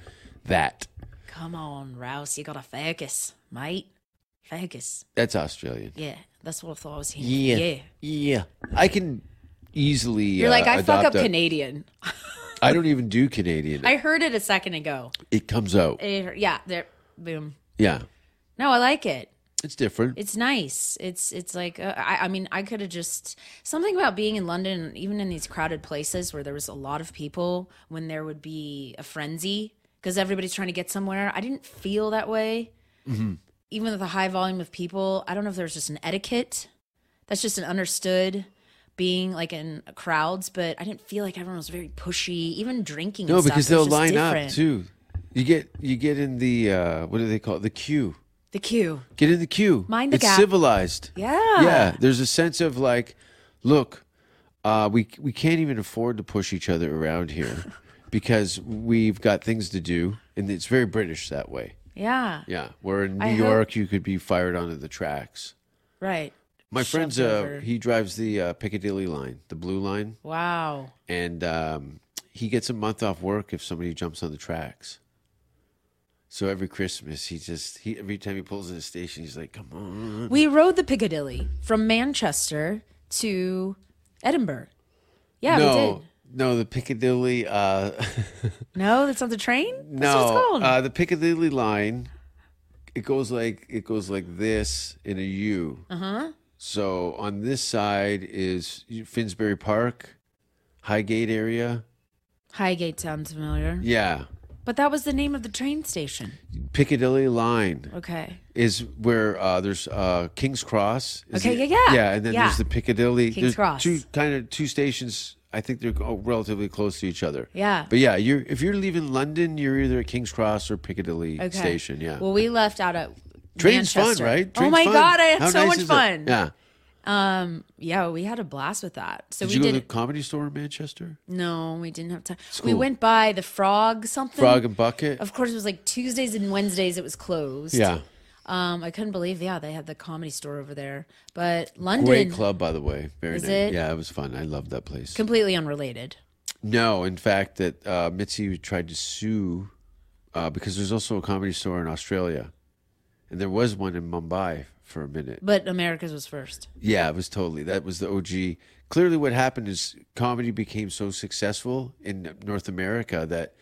[SPEAKER 5] that.
[SPEAKER 6] Come on, Rouse, you gotta focus, mate. Focus.
[SPEAKER 5] That's Australian.
[SPEAKER 6] Yeah, that's what I thought I was hearing.
[SPEAKER 5] Yeah. Yeah. I can easily.
[SPEAKER 6] You're like, I fuck up
[SPEAKER 5] Canadian.
[SPEAKER 6] Canadian.
[SPEAKER 5] I don't even do Canadian.
[SPEAKER 6] I heard it a second ago.
[SPEAKER 5] it comes out.
[SPEAKER 6] Eh, yeah, there. Boom.
[SPEAKER 5] Yeah.
[SPEAKER 6] No, I like it.
[SPEAKER 5] It's different.
[SPEAKER 6] It's nice. It's it's like uh, I, I mean I could have just something about being in London, even in these crowded places where there was a lot of people, when there would be a frenzy because everybody's trying to get somewhere. I didn't feel that way,
[SPEAKER 5] Mm-hmm.
[SPEAKER 6] even with a high volume of people. I don't know if there's just an etiquette that's just an understood being like in crowds, but I didn't feel like everyone was very pushy, even drinking.
[SPEAKER 5] no,
[SPEAKER 6] and stuff
[SPEAKER 5] because
[SPEAKER 6] was
[SPEAKER 5] they'll
[SPEAKER 6] just
[SPEAKER 5] line up
[SPEAKER 6] different.
[SPEAKER 5] too. You get you get in the uh, what do they call it? The queue.
[SPEAKER 6] The queue,
[SPEAKER 5] Get in the queue.
[SPEAKER 6] Mind the
[SPEAKER 5] it's
[SPEAKER 6] gap.
[SPEAKER 5] civilized.
[SPEAKER 6] yeah,
[SPEAKER 5] Yeah. There's a sense of like, look, uh, we we can't even afford to push each other around here because we've got things to do, and it's very British that way.
[SPEAKER 6] yeah,
[SPEAKER 5] Yeah. Where in New
[SPEAKER 6] I hope-
[SPEAKER 5] York, you could be fired onto the tracks.
[SPEAKER 6] right.
[SPEAKER 5] My friend's
[SPEAKER 6] Shoved
[SPEAKER 5] uh,
[SPEAKER 6] over.
[SPEAKER 5] he drives the uh, Piccadilly line, the blue line,
[SPEAKER 6] Wow.
[SPEAKER 5] and um, he gets a month off work if somebody jumps on the tracks. So every Christmas, he just he every time he pulls in a station, he's like, "Come on!"
[SPEAKER 6] We rode the Piccadilly from Manchester to Edinburgh. Yeah, we
[SPEAKER 5] no,
[SPEAKER 6] did.
[SPEAKER 5] no, the Piccadilly, uh,
[SPEAKER 6] No, that's not the train. That's what it's
[SPEAKER 5] no,
[SPEAKER 6] called.
[SPEAKER 5] uh, the Piccadilly line. It goes like it goes like this in a U. Uh huh.
[SPEAKER 6] Uh-huh.
[SPEAKER 5] So on this side is Finsbury Park, Highgate area.
[SPEAKER 6] Highgate sounds familiar,
[SPEAKER 5] Yeah,
[SPEAKER 6] but that was the name of the train station.
[SPEAKER 5] Piccadilly line.
[SPEAKER 6] Okay,
[SPEAKER 5] is where uh, there's uh, King's Cross. is
[SPEAKER 6] Okay,
[SPEAKER 5] the-
[SPEAKER 6] yeah, yeah.
[SPEAKER 5] yeah, and then
[SPEAKER 6] Yeah.
[SPEAKER 5] there's the Piccadilly.
[SPEAKER 6] King's
[SPEAKER 5] there's
[SPEAKER 6] Cross.
[SPEAKER 5] Two kind of two stations. I think they're oh, relatively close to each other.
[SPEAKER 6] Yeah.
[SPEAKER 5] but yeah, you're if you're leaving London, you're either at King's Cross or Piccadilly
[SPEAKER 6] okay.
[SPEAKER 5] station. Yeah,
[SPEAKER 6] Well, we left out at
[SPEAKER 5] train's
[SPEAKER 6] Manchester.
[SPEAKER 5] fun, right?
[SPEAKER 6] oh
[SPEAKER 5] Train's
[SPEAKER 6] my
[SPEAKER 5] fun.
[SPEAKER 6] god, I had
[SPEAKER 5] How
[SPEAKER 6] so
[SPEAKER 5] nice
[SPEAKER 6] much
[SPEAKER 5] is it?
[SPEAKER 6] fun.
[SPEAKER 5] Yeah.
[SPEAKER 6] Yeah, we had a blast with that. So
[SPEAKER 5] Did
[SPEAKER 6] we
[SPEAKER 5] you go to
[SPEAKER 6] did.
[SPEAKER 5] the comedy store in Manchester?
[SPEAKER 6] No, we didn't have time. We
[SPEAKER 5] cool.
[SPEAKER 6] went by the Frog something.
[SPEAKER 5] Frog and Bucket.
[SPEAKER 6] Of course, it was like Tuesdays and Wednesdays. It was closed.
[SPEAKER 5] yeah,
[SPEAKER 6] Um, I couldn't believe, yeah, they had the comedy store over there. But London,
[SPEAKER 5] great club by the way. Very
[SPEAKER 6] Is
[SPEAKER 5] nice.
[SPEAKER 6] it?
[SPEAKER 5] Yeah, it was fun. I loved that place.
[SPEAKER 6] completely unrelated.
[SPEAKER 5] No, in fact, that uh, Mitzi tried to sue uh, because there's also a comedy store in Australia, and there was one in Mumbai for a minute.
[SPEAKER 6] But America's was first.
[SPEAKER 5] Yeah, it was totally that was the OG. Clearly, what happened is comedy became so successful in North America that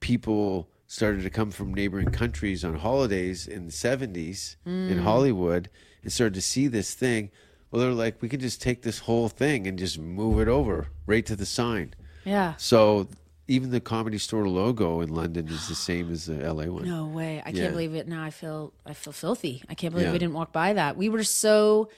[SPEAKER 5] people started to come from neighboring countries on holidays in the 70s in Hollywood and started to see this thing. Well, they're like, we can just take this whole thing and just move it over right to the sign.
[SPEAKER 6] Yeah.
[SPEAKER 5] So even the comedy store logo in London is the same as the LA one.
[SPEAKER 6] No way. I
[SPEAKER 5] Yeah.
[SPEAKER 6] can't believe it. Now I feel I feel filthy. I can't believe
[SPEAKER 5] Yeah.
[SPEAKER 6] we didn't walk by that. We were so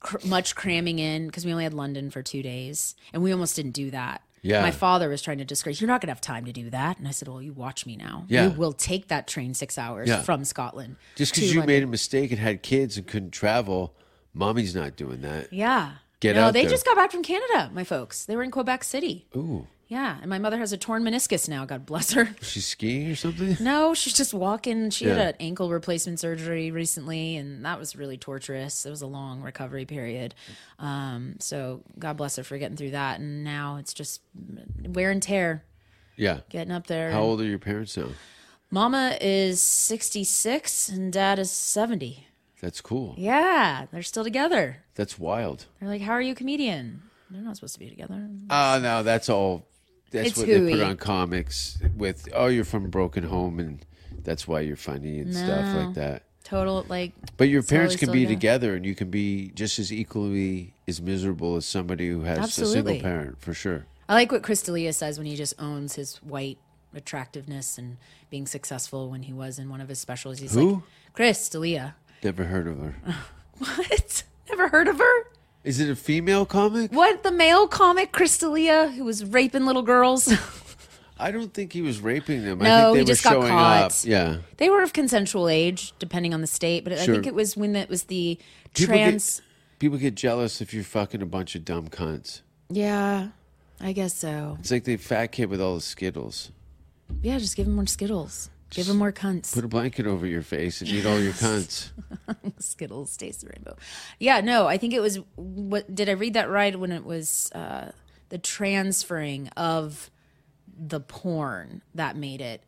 [SPEAKER 6] cr- much cramming in because we only had London for two days, and we almost didn't do that.
[SPEAKER 5] Yeah.
[SPEAKER 6] My father was trying to discourage. You're not going to have time to do that. And I said, Well, you watch me now.
[SPEAKER 5] Yeah.
[SPEAKER 6] You will take that train six hours
[SPEAKER 5] Yeah.
[SPEAKER 6] from Scotland.
[SPEAKER 5] Just
[SPEAKER 6] to
[SPEAKER 5] because you
[SPEAKER 6] London."
[SPEAKER 5] made a mistake and had kids and couldn't travel, mommy's not doing that.
[SPEAKER 6] Yeah.
[SPEAKER 5] Get
[SPEAKER 6] no,
[SPEAKER 5] out
[SPEAKER 6] they
[SPEAKER 5] there.
[SPEAKER 6] just got back from Canada, my folks. They were in Quebec City.
[SPEAKER 5] Ooh,
[SPEAKER 6] Yeah. And my mother has a torn meniscus now. God bless her.
[SPEAKER 5] she's skiing or something?
[SPEAKER 6] No, she's just walking. She
[SPEAKER 5] Yeah.
[SPEAKER 6] had an ankle replacement surgery recently, and that was really torturous. It was a long recovery period. Um, so God bless her for getting through that. And now it's just wear and tear
[SPEAKER 5] Yeah.
[SPEAKER 6] getting up there.
[SPEAKER 5] How old are your parents now?
[SPEAKER 6] Mama is 66 and dad is 70.
[SPEAKER 5] That's cool.
[SPEAKER 6] Yeah, they're still together.
[SPEAKER 5] That's wild.
[SPEAKER 6] They're like, How are you, a comedian? They're not supposed to be together.
[SPEAKER 5] Oh, no, that's all. That's
[SPEAKER 6] It's
[SPEAKER 5] what they put
[SPEAKER 6] hooey.
[SPEAKER 5] on comics with, oh, you're from a broken home and that's why you're funny and stuff like that.
[SPEAKER 6] Total, like,
[SPEAKER 5] But your
[SPEAKER 6] Slowly,
[SPEAKER 5] parents can
[SPEAKER 6] slowly
[SPEAKER 5] be
[SPEAKER 6] down.
[SPEAKER 5] together and you can be just as equally as miserable as somebody who has a single
[SPEAKER 6] Absolutely.
[SPEAKER 5] parent, for sure.
[SPEAKER 6] I like what Chris D'Elia says when he just owns his white attractiveness and being successful when he was in one of his specials. He's
[SPEAKER 5] Who?
[SPEAKER 6] like, Chris D'Elia.
[SPEAKER 5] Never heard of her.
[SPEAKER 6] What? Never heard of her?
[SPEAKER 5] Is it a female comic?
[SPEAKER 6] What the male comic Crystalia who was raping little girls?
[SPEAKER 5] I don't think he was raping them. I
[SPEAKER 6] No,
[SPEAKER 5] think they
[SPEAKER 6] he
[SPEAKER 5] were
[SPEAKER 6] just got
[SPEAKER 5] showing
[SPEAKER 6] caught.
[SPEAKER 5] up. Yeah.
[SPEAKER 6] they were of consensual age, depending on the state, but I
[SPEAKER 5] Sure.
[SPEAKER 6] think it was when it was the
[SPEAKER 5] People get-
[SPEAKER 6] trans.
[SPEAKER 5] People get jealous if you're fucking a bunch of dumb cunts.
[SPEAKER 6] yeah, I guess so.
[SPEAKER 5] It's like the fat kid with all the Skittles.
[SPEAKER 6] Yeah, just give him more Skittles. give him more cunts.
[SPEAKER 5] Put a blanket over your face and eat all your cunts.
[SPEAKER 6] Skittles taste the rainbow. Yeah, no, I think it was. What did I read that right when it was uh, the transferring of the porn that made it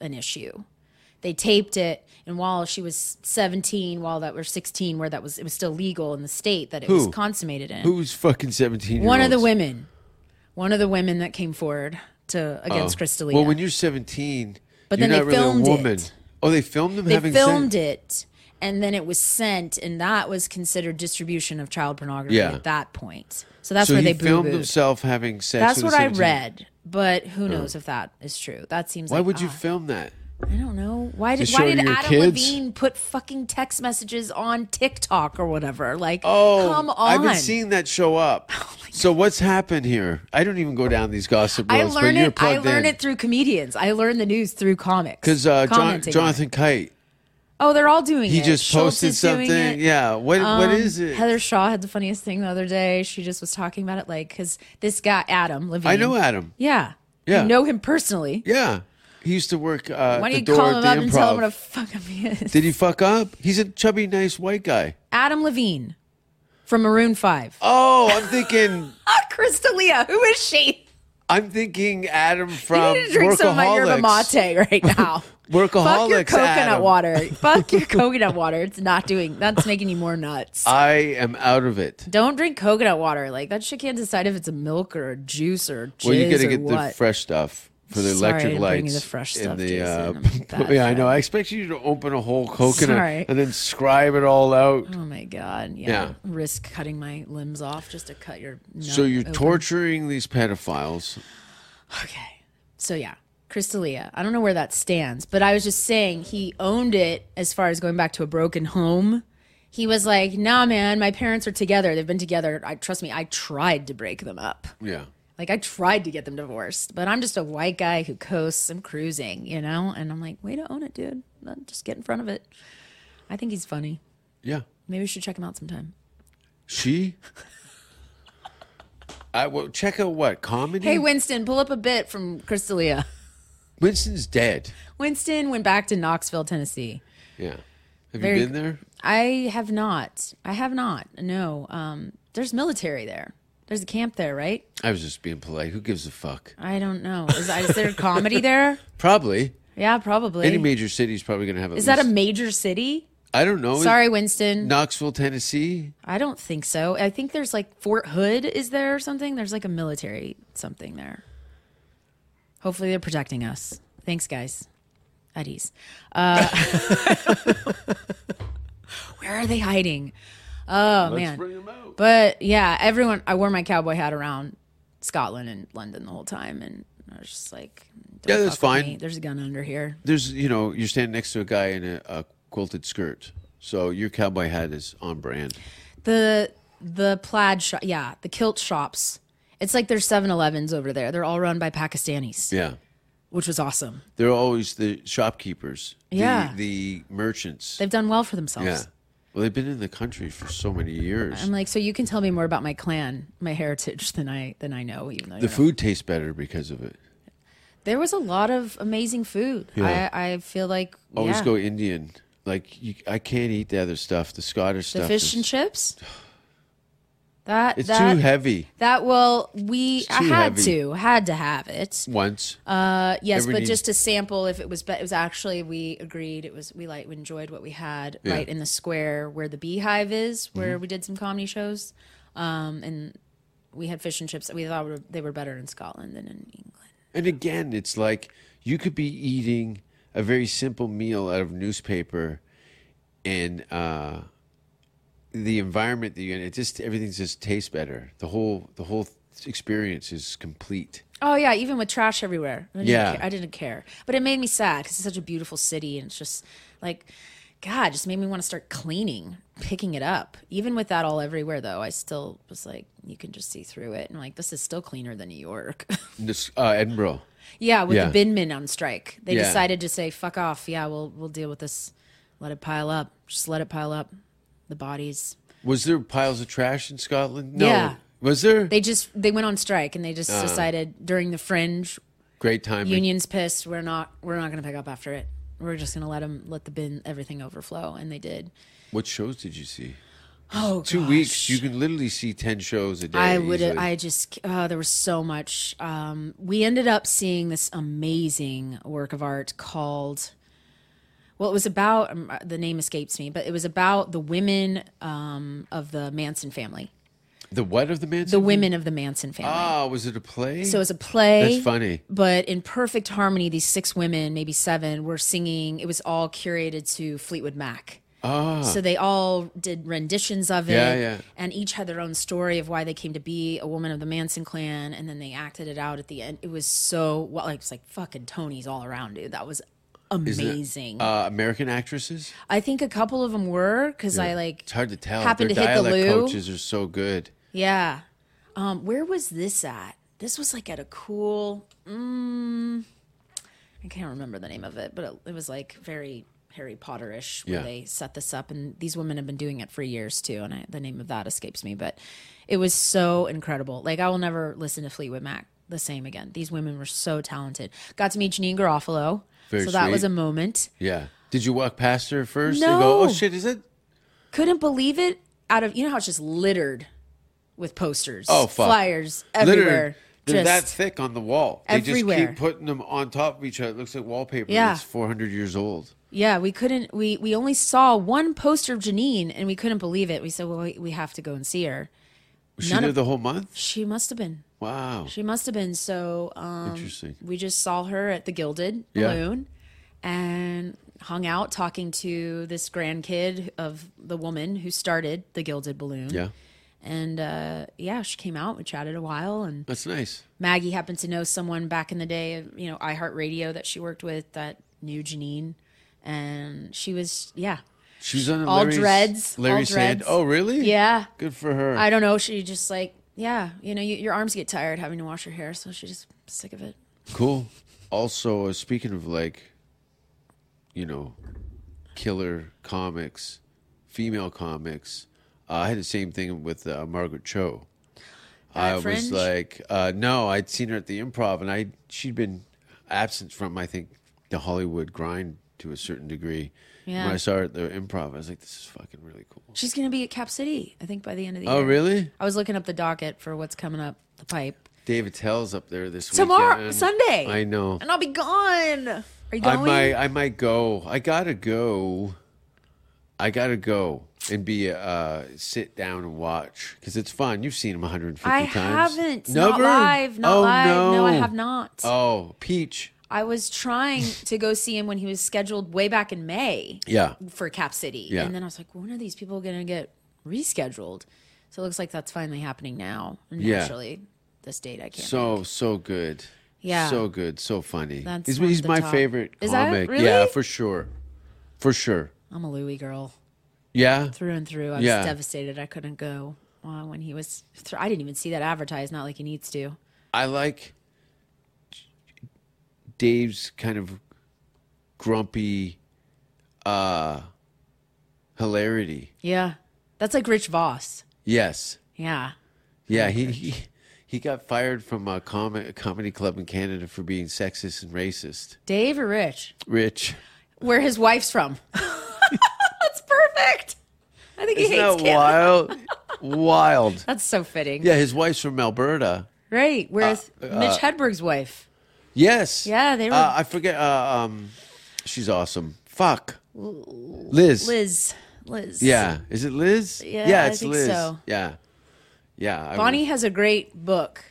[SPEAKER 6] an issue? They taped it, and while she was seventeen, while that were sixteen, where that was it was still legal in the state that it was
[SPEAKER 5] Who?
[SPEAKER 6] consummated in.
[SPEAKER 5] Who's fucking 17
[SPEAKER 6] One of the women, one of the women that came forward to against Crystalia.
[SPEAKER 5] Oh. Well, when you're 17,
[SPEAKER 6] But
[SPEAKER 5] you're
[SPEAKER 6] then they
[SPEAKER 5] not really
[SPEAKER 6] filmed
[SPEAKER 5] a woman.
[SPEAKER 6] it.
[SPEAKER 5] Oh, they filmed them
[SPEAKER 6] they
[SPEAKER 5] having
[SPEAKER 6] filmed
[SPEAKER 5] sex?
[SPEAKER 6] it and then it was sent and that was considered distribution of child pornography
[SPEAKER 5] Yeah.
[SPEAKER 6] at that point so that's
[SPEAKER 5] so
[SPEAKER 6] where
[SPEAKER 5] he
[SPEAKER 6] they
[SPEAKER 5] filmed
[SPEAKER 6] boo-booed
[SPEAKER 5] himself having sex.
[SPEAKER 6] that's
[SPEAKER 5] with
[SPEAKER 6] what
[SPEAKER 5] a
[SPEAKER 6] i
[SPEAKER 5] 17
[SPEAKER 6] read but who knows if that is true that seems
[SPEAKER 5] Why
[SPEAKER 6] like,
[SPEAKER 5] would you
[SPEAKER 6] ah,
[SPEAKER 5] film that?
[SPEAKER 6] i don't know why did
[SPEAKER 5] To
[SPEAKER 6] why
[SPEAKER 5] show
[SPEAKER 6] did
[SPEAKER 5] your
[SPEAKER 6] adam
[SPEAKER 5] kids?
[SPEAKER 6] levine put fucking text messages on tiktok or whatever like
[SPEAKER 5] Oh,
[SPEAKER 6] come on Oh,
[SPEAKER 5] I've been seeing that show up. so what's happened here? I don't even go down these gossip
[SPEAKER 6] I
[SPEAKER 5] roads. but
[SPEAKER 6] learn
[SPEAKER 5] you're
[SPEAKER 6] it. I
[SPEAKER 5] plugged
[SPEAKER 6] learn
[SPEAKER 5] in.
[SPEAKER 6] it through comedians. I learn the news through comics.
[SPEAKER 5] Because uh, Jon
[SPEAKER 6] commenting on it.
[SPEAKER 5] Jonathan Kite,
[SPEAKER 6] oh, they're all doing it.
[SPEAKER 5] he just
[SPEAKER 6] Schultz
[SPEAKER 5] posted
[SPEAKER 6] is doing
[SPEAKER 5] something.
[SPEAKER 6] it.
[SPEAKER 5] Yeah. What What
[SPEAKER 6] Um,
[SPEAKER 5] is it?
[SPEAKER 6] Heather Shaw had the funniest thing the other day. She just was talking about it, like, because this guy Adam Levine.
[SPEAKER 5] I know Adam.
[SPEAKER 6] Yeah,
[SPEAKER 5] Yeah.
[SPEAKER 6] You know him personally.
[SPEAKER 5] Yeah. He used to work uh,
[SPEAKER 6] Why
[SPEAKER 5] at
[SPEAKER 6] don't
[SPEAKER 5] the
[SPEAKER 6] you
[SPEAKER 5] door
[SPEAKER 6] call
[SPEAKER 5] at
[SPEAKER 6] him
[SPEAKER 5] the
[SPEAKER 6] up
[SPEAKER 5] improv.
[SPEAKER 6] and tell him what a fuck up he is?
[SPEAKER 5] Did he fuck up? He's a chubby, nice white guy.
[SPEAKER 6] Adam Levine from Maroon Five. Oh,
[SPEAKER 5] Oh, I'm thinking.
[SPEAKER 6] Crystalia, who is she?
[SPEAKER 5] I'm thinking Adam
[SPEAKER 6] You
[SPEAKER 5] from
[SPEAKER 6] need to drink some of my yerba
[SPEAKER 5] Workaholics.
[SPEAKER 6] mate Um, right now. Fuck your
[SPEAKER 5] Workaholics,
[SPEAKER 6] coconut
[SPEAKER 5] Adam.
[SPEAKER 6] water. Fuck your coconut water. It's not doing. That's making you more nuts.
[SPEAKER 5] I am out of it.
[SPEAKER 6] Don't drink coconut water. Like that shit can't decide if it's a milk or a juice or jizz
[SPEAKER 5] Well, you gotta
[SPEAKER 6] or
[SPEAKER 5] get
[SPEAKER 6] what.
[SPEAKER 5] the fresh stuff for the
[SPEAKER 6] Sorry, I
[SPEAKER 5] electric
[SPEAKER 6] didn't
[SPEAKER 5] lights.
[SPEAKER 6] bring you the fresh
[SPEAKER 5] and
[SPEAKER 6] stuff,
[SPEAKER 5] the, uh,
[SPEAKER 6] Jason. I'm a
[SPEAKER 5] yeah,
[SPEAKER 6] bad
[SPEAKER 5] I know.
[SPEAKER 6] friend.
[SPEAKER 5] I expect you to open a whole coconut
[SPEAKER 6] Sorry.
[SPEAKER 5] and then scribe it all out.
[SPEAKER 6] Oh my god! Yeah.
[SPEAKER 5] Yeah.
[SPEAKER 6] risk cutting my limbs off just to cut your. nut
[SPEAKER 5] so you're
[SPEAKER 6] open.
[SPEAKER 5] torturing these pedophiles.
[SPEAKER 6] Okay, so yeah, Crystalia. I don't know where that stands, but I was just saying he owned it as far as going back to a broken home. He was like, "Nah, man, my parents are together. They've been together. I trust me. I tried to break them up.
[SPEAKER 5] Yeah.
[SPEAKER 6] Like I tried to get them divorced, but I'm just a white guy who coasts. I'm cruising, you know. And I'm like, way to own it, dude. Just get in front of it. I think he's funny.
[SPEAKER 5] Yeah.
[SPEAKER 6] Maybe we should check him out sometime.
[SPEAKER 5] She. I well, check out what comedy.
[SPEAKER 6] Hey, Winston, pull up a bit from Crystalia.
[SPEAKER 5] Winston's dead.
[SPEAKER 6] Winston went back to Knoxville, Tennessee.
[SPEAKER 5] Yeah. Have
[SPEAKER 6] Very
[SPEAKER 5] you been there?
[SPEAKER 6] I have not. I have not. No. Um, there's military there. There's a camp there, right?
[SPEAKER 5] I was just being polite. Who gives a fuck?
[SPEAKER 6] I don't know. Is, is there comedy there?
[SPEAKER 5] Probably.
[SPEAKER 6] Yeah, probably.
[SPEAKER 5] Any major city's probably going to have. At
[SPEAKER 6] is that a
[SPEAKER 5] least-
[SPEAKER 6] major city?
[SPEAKER 5] I don't know.
[SPEAKER 6] Sorry, Winston.
[SPEAKER 5] Knoxville, Tennessee.
[SPEAKER 6] I don't think so. I think there's like Fort Hood. Is there or something? There's like a military something there. Hopefully, they're protecting us. Thanks, guys. At ease. Uh, where are they hiding? Oh man. But yeah, everyone. I wore my cowboy hat around Scotland and London the whole time, and I was just like, don't
[SPEAKER 5] Yeah, that's
[SPEAKER 6] fuck with
[SPEAKER 5] fine.
[SPEAKER 6] me. There's a gun under here.
[SPEAKER 5] There's, you know, you're standing next to a guy in a, a quilted skirt, so your cowboy hat is on brand.
[SPEAKER 6] The the plaid shop, yeah, the kilt shops. It's like there's 7-Elevens over there. They're all run by Pakistanis,
[SPEAKER 5] Yeah.
[SPEAKER 6] which was awesome.
[SPEAKER 5] They're always the shopkeepers. the-
[SPEAKER 6] Yeah.
[SPEAKER 5] The, merchants.
[SPEAKER 6] They've done well for
[SPEAKER 5] yeah.
[SPEAKER 6] themselves.
[SPEAKER 5] Well, they've been in the country for so many years.
[SPEAKER 6] I'm like, so you can tell me more about my clan, my heritage than I than I know. Even though you
[SPEAKER 5] the
[SPEAKER 6] know.
[SPEAKER 5] food tastes better because of it.
[SPEAKER 6] there was a lot of amazing food.
[SPEAKER 5] Yeah.
[SPEAKER 6] I I feel like
[SPEAKER 5] Always
[SPEAKER 6] yeah.
[SPEAKER 5] go Indian. Like you, I can't eat the other stuff. The Scottish
[SPEAKER 6] the
[SPEAKER 5] stuff.
[SPEAKER 6] fish
[SPEAKER 5] is-
[SPEAKER 6] and chips. That
[SPEAKER 5] It's
[SPEAKER 6] that,
[SPEAKER 5] too heavy.
[SPEAKER 6] That well, we I
[SPEAKER 5] too
[SPEAKER 6] had
[SPEAKER 5] heavy.
[SPEAKER 6] to had to have it.
[SPEAKER 5] Once.
[SPEAKER 6] Uh, yes,
[SPEAKER 5] Everyone
[SPEAKER 6] but
[SPEAKER 5] needs-
[SPEAKER 6] just to sample if it was, but it was actually we agreed it was we like we enjoyed what we had
[SPEAKER 5] Yeah. Mm-hmm.
[SPEAKER 6] right in the square where the Beehive is, where we did some comedy shows, um, and we had fish and chips that we thought were, they were better in Scotland than in England.
[SPEAKER 5] And again, it's like you could be eating a very simple meal out of newspaper, and uh, the environment that you're in, it just everything just tastes better. The whole the whole experience is complete.
[SPEAKER 6] Oh yeah, even with trash everywhere. I didn't
[SPEAKER 5] Yeah.
[SPEAKER 6] care. I didn't care, but it made me sad because it's such a beautiful city, and it's just like, God, just made me want to start cleaning. picking it up. Even with that all everywhere, though, I still was like, you can just see through it. And like, this is still cleaner than New York.
[SPEAKER 5] This, uh, Edinburgh.
[SPEAKER 6] yeah, with
[SPEAKER 5] Yeah.
[SPEAKER 6] the bin men on strike, they
[SPEAKER 5] Yeah.
[SPEAKER 6] decided to say, "Fuck off." Yeah, we'll we'll deal with this. Let it pile up. Just let it pile up. The bodies.
[SPEAKER 5] Was there piles of trash in Scotland? No.
[SPEAKER 6] Yeah.
[SPEAKER 5] Was there?
[SPEAKER 6] They just they went on strike and they just
[SPEAKER 5] Uh.
[SPEAKER 6] decided during the fringe
[SPEAKER 5] Great timing.
[SPEAKER 6] unions pissed we're not we're not going to pick up after it we're just going to let them let the bin everything overflow and they did
[SPEAKER 5] What shows did you see?
[SPEAKER 6] oh
[SPEAKER 5] Two weeks. You can literally see ten shows a day.
[SPEAKER 6] i would
[SPEAKER 5] easily.
[SPEAKER 6] i just uh, there was so much um, we ended up seeing this amazing work of art called well it was about um, the name escapes me but it was about the women um, of the manson family
[SPEAKER 5] the what of the Manson?
[SPEAKER 6] the women of the manson family
[SPEAKER 5] Ah, was it a play?
[SPEAKER 6] So it's a play.
[SPEAKER 5] That's funny.
[SPEAKER 6] But in perfect harmony, these six women, maybe seven, were singing. It was all curated to Fleetwood Mac. Oh.
[SPEAKER 5] Ah.
[SPEAKER 6] So they all did renditions of it,
[SPEAKER 5] Yeah, yeah.
[SPEAKER 6] and each had their own story of why they came to be a woman of the Manson clan, and then they acted it out at the end. It was so well, like it's like fucking Tonys all around, dude. That was amazing.
[SPEAKER 5] uh, American actresses.
[SPEAKER 6] I think a couple of them were because I like
[SPEAKER 5] It's hard to tell.
[SPEAKER 6] Happened
[SPEAKER 5] Their
[SPEAKER 6] to hit the
[SPEAKER 5] dialect
[SPEAKER 6] loo.
[SPEAKER 5] coaches are so good.
[SPEAKER 6] Yeah. Um, where was this at? This was like at a cool. Mm, I can't remember the name of it, but it, it was like very Harry Potterish where
[SPEAKER 5] Yeah.
[SPEAKER 6] they set this up, and these women have been doing it for years too. And I, the name of that escapes me, but it was so incredible. Like I will never listen to Fleetwood Mac the same again. These women were so talented. Got to meet Janine Garofalo,
[SPEAKER 5] Very
[SPEAKER 6] so that was
[SPEAKER 5] sweet.
[SPEAKER 6] a moment.
[SPEAKER 5] Yeah. Did you walk past her first and go, "Oh
[SPEAKER 6] No.
[SPEAKER 5] shit, is it?"
[SPEAKER 6] Couldn't believe it. Out of you know how it's just littered with posters,
[SPEAKER 5] Oh fuck.
[SPEAKER 6] flyers
[SPEAKER 5] Littered.
[SPEAKER 6] everywhere.
[SPEAKER 5] They're that
[SPEAKER 6] Just-
[SPEAKER 5] thick on the wall. They just
[SPEAKER 6] Everywhere.
[SPEAKER 5] keep putting them on top of each other. It looks like wallpaper.
[SPEAKER 6] Yeah.
[SPEAKER 5] It's 400 years old.
[SPEAKER 6] Yeah, we couldn't. We we only saw one poster of Janine, and we couldn't believe it. We said, "Well, we, we have to go and see her."
[SPEAKER 5] Was she
[SPEAKER 6] None
[SPEAKER 5] there
[SPEAKER 6] of-
[SPEAKER 5] the whole month?
[SPEAKER 6] She must have been.
[SPEAKER 5] Wow.
[SPEAKER 6] She must have been. So um,
[SPEAKER 5] Interesting.
[SPEAKER 6] we just saw her at the Gilded
[SPEAKER 5] Yeah.
[SPEAKER 6] Balloon, and hung out talking to this grandkid of the woman who started the Gilded Balloon.
[SPEAKER 5] Yeah.
[SPEAKER 6] And uh, yeah, she came out. We chatted a while, and
[SPEAKER 5] That's nice.
[SPEAKER 6] Maggie happened to know someone back in the day, you know, iHeartRadio that she worked with that knew Janine, and she was yeah.
[SPEAKER 5] She was on a
[SPEAKER 6] All
[SPEAKER 5] Larry's-
[SPEAKER 6] dreads, all
[SPEAKER 5] Larry Sand.
[SPEAKER 6] dreads.
[SPEAKER 5] Oh, really?
[SPEAKER 6] Yeah.
[SPEAKER 5] Good for her.
[SPEAKER 6] I don't know. She just like, yeah, you know, you, your arms get tired having to wash your hair, so she's just sick of it.
[SPEAKER 5] Cool. Also, uh, speaking of like, you know, killer comics, female comics, uh, I had the same thing with uh, Margaret Cho. I was
[SPEAKER 6] Fringe?
[SPEAKER 5] like, uh, no, I'd seen her at the improv, and I she'd been absent from I think the Hollywood grind to a certain degree.
[SPEAKER 6] Yeah.
[SPEAKER 5] When I saw her at the improv, I was like, this is fucking really cool.
[SPEAKER 6] She's gonna be at Cap City, I think, by the end of the
[SPEAKER 5] Oh,
[SPEAKER 6] year.
[SPEAKER 5] really?
[SPEAKER 6] I was looking up the docket for what's coming up the pipe
[SPEAKER 5] David Tell's up there this
[SPEAKER 6] tomorrow,
[SPEAKER 5] weekend.
[SPEAKER 6] Sunday.
[SPEAKER 5] I know.
[SPEAKER 6] and I'll be gone. Are you
[SPEAKER 5] I
[SPEAKER 6] going?
[SPEAKER 5] might I might go. I gotta go. I gotta go and be uh sit down and watch because it's fun. You've seen him 150
[SPEAKER 6] I
[SPEAKER 5] times.
[SPEAKER 6] haven't. Not
[SPEAKER 5] Never?
[SPEAKER 6] live. Not
[SPEAKER 5] Oh,
[SPEAKER 6] live.
[SPEAKER 5] No.
[SPEAKER 6] I have not.
[SPEAKER 5] Oh, Peach.
[SPEAKER 6] I was trying to go see him when he was scheduled way back in May.
[SPEAKER 5] Yeah.
[SPEAKER 6] for Cap City.
[SPEAKER 5] Yeah.
[SPEAKER 6] And then I was like, when are these people going to get rescheduled? So it looks like that's finally happening now. And
[SPEAKER 5] Yeah.
[SPEAKER 6] Actually, this date I can't.
[SPEAKER 5] So so good.
[SPEAKER 6] Yeah.
[SPEAKER 5] So good. So funny.
[SPEAKER 6] That's
[SPEAKER 5] he's
[SPEAKER 6] one of
[SPEAKER 5] he's
[SPEAKER 6] the
[SPEAKER 5] my
[SPEAKER 6] top.
[SPEAKER 5] favorite
[SPEAKER 6] Is that
[SPEAKER 5] comic.
[SPEAKER 6] really?
[SPEAKER 5] Yeah, for sure. For sure.
[SPEAKER 6] I'm a Louis girl
[SPEAKER 5] Yeah.
[SPEAKER 6] through and through. I was
[SPEAKER 5] Yeah.
[SPEAKER 6] devastated. I couldn't go uh, when he was. Th- I didn't even see that advertised. Not like he needs to.
[SPEAKER 5] I like Dave's kind of grumpy uh hilarity.
[SPEAKER 6] Yeah. That's like Rich Voss.
[SPEAKER 5] Yes.
[SPEAKER 6] Yeah.
[SPEAKER 5] Yeah, he he, he got fired from a, com- a comedy club in Canada for being sexist and racist.
[SPEAKER 6] Dave or Rich?
[SPEAKER 5] Rich.
[SPEAKER 6] Where his wife's from. that's perfect. I think he
[SPEAKER 5] Isn't
[SPEAKER 6] hates
[SPEAKER 5] that
[SPEAKER 6] Canada.
[SPEAKER 5] wild? wild.
[SPEAKER 6] That's so fitting.
[SPEAKER 5] Yeah, Uh, his wife's from Alberta.
[SPEAKER 6] Right. Where's Mitch Hedberg's wife?
[SPEAKER 5] Yes.
[SPEAKER 6] Yeah, they were-
[SPEAKER 5] Uh, I forget. Uh, um, she's awesome. Fuck. Liz.
[SPEAKER 6] Liz. Liz.
[SPEAKER 5] Yeah. Is it Liz?
[SPEAKER 6] Yeah, I
[SPEAKER 5] it's
[SPEAKER 6] think
[SPEAKER 5] Liz.
[SPEAKER 6] so.
[SPEAKER 5] Yeah. Yeah. I
[SPEAKER 6] Bonnie has a great book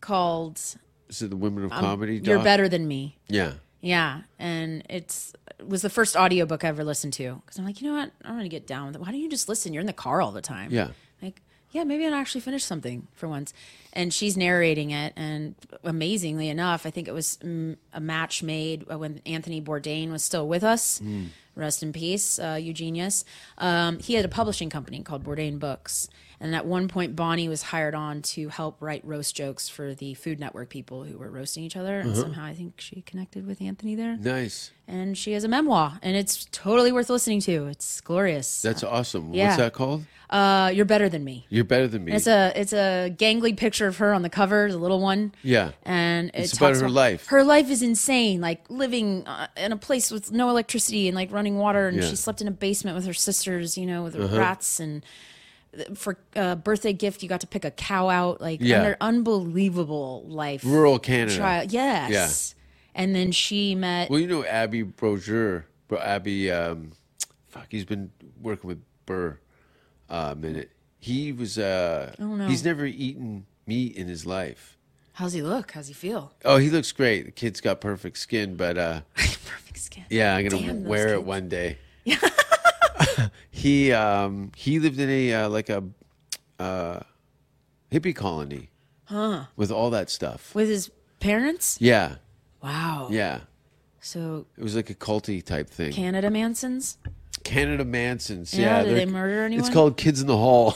[SPEAKER 6] called
[SPEAKER 5] Is it the Women of Comedy?
[SPEAKER 6] You're
[SPEAKER 5] doc?
[SPEAKER 6] Better Than Me.
[SPEAKER 5] Yeah.
[SPEAKER 6] Yeah. And it's it was the first audiobook I ever listened to. Because I'm like, you know what? I'm gonna get down with it. Why don't you just listen? You're in the car all the time.
[SPEAKER 5] Yeah.
[SPEAKER 6] Like, yeah, maybe I'll actually finish something for once. And she's narrating it. And uh, amazingly enough, I think it was mm, a match made when Anthony Bourdain was still with us. rest in peace, uh, Eugenius. Um, he had a publishing company called Bourdain Books. And at one point, Bonnie was hired on to help write roast jokes for the Food Network people who were roasting each other. And somehow I think she connected with Anthony there.
[SPEAKER 5] Nice.
[SPEAKER 6] And she has a memoir, and it's totally worth listening to. It's glorious.
[SPEAKER 5] That's awesome.
[SPEAKER 6] Yeah.
[SPEAKER 5] What's that called?
[SPEAKER 6] Uh, You're Better Than Me.
[SPEAKER 5] You're better than me.
[SPEAKER 6] It's a it's a gangly picture of her on the cover, the little one.
[SPEAKER 5] Yeah.
[SPEAKER 6] and it
[SPEAKER 5] It's about
[SPEAKER 6] talks
[SPEAKER 5] her life.
[SPEAKER 6] Her life is insane, like living uh, in a place with no electricity and like running water, and
[SPEAKER 5] Yeah. Uh-huh.
[SPEAKER 6] she slept in a basement with her sisters, you know, with her rats and. th- For a birthday gift, you got to pick a cow out, like
[SPEAKER 5] Yeah.
[SPEAKER 6] under unbelievable life.
[SPEAKER 5] Rural Canada.
[SPEAKER 6] trial. Yes. And then she met.
[SPEAKER 5] well, you know Abby Broger. Bro, Abby, um, fuck, he's been working with Burr uh, a minute. He was. Uh, He's never eaten meat in his life.
[SPEAKER 6] How's he look? How's he feel?
[SPEAKER 5] Oh, he looks great. The kid's got perfect skin, but uh,
[SPEAKER 6] Perfect skin.
[SPEAKER 5] yeah, I'm gonna
[SPEAKER 6] Damn those
[SPEAKER 5] wear it
[SPEAKER 6] kids.
[SPEAKER 5] one day. he um, he lived in a uh, like a uh, hippie colony, huh? With all that stuff.
[SPEAKER 6] With his parents?
[SPEAKER 5] Yeah,
[SPEAKER 6] Wow.
[SPEAKER 5] yeah.
[SPEAKER 6] So
[SPEAKER 5] It was like a culty type thing.
[SPEAKER 6] Canada Mansons?
[SPEAKER 5] Canada Mansons.
[SPEAKER 6] Yeah,
[SPEAKER 5] Yeah,
[SPEAKER 6] did
[SPEAKER 5] they're-
[SPEAKER 6] they murder
[SPEAKER 5] It's
[SPEAKER 6] anyone?
[SPEAKER 5] called Kids in the Hall.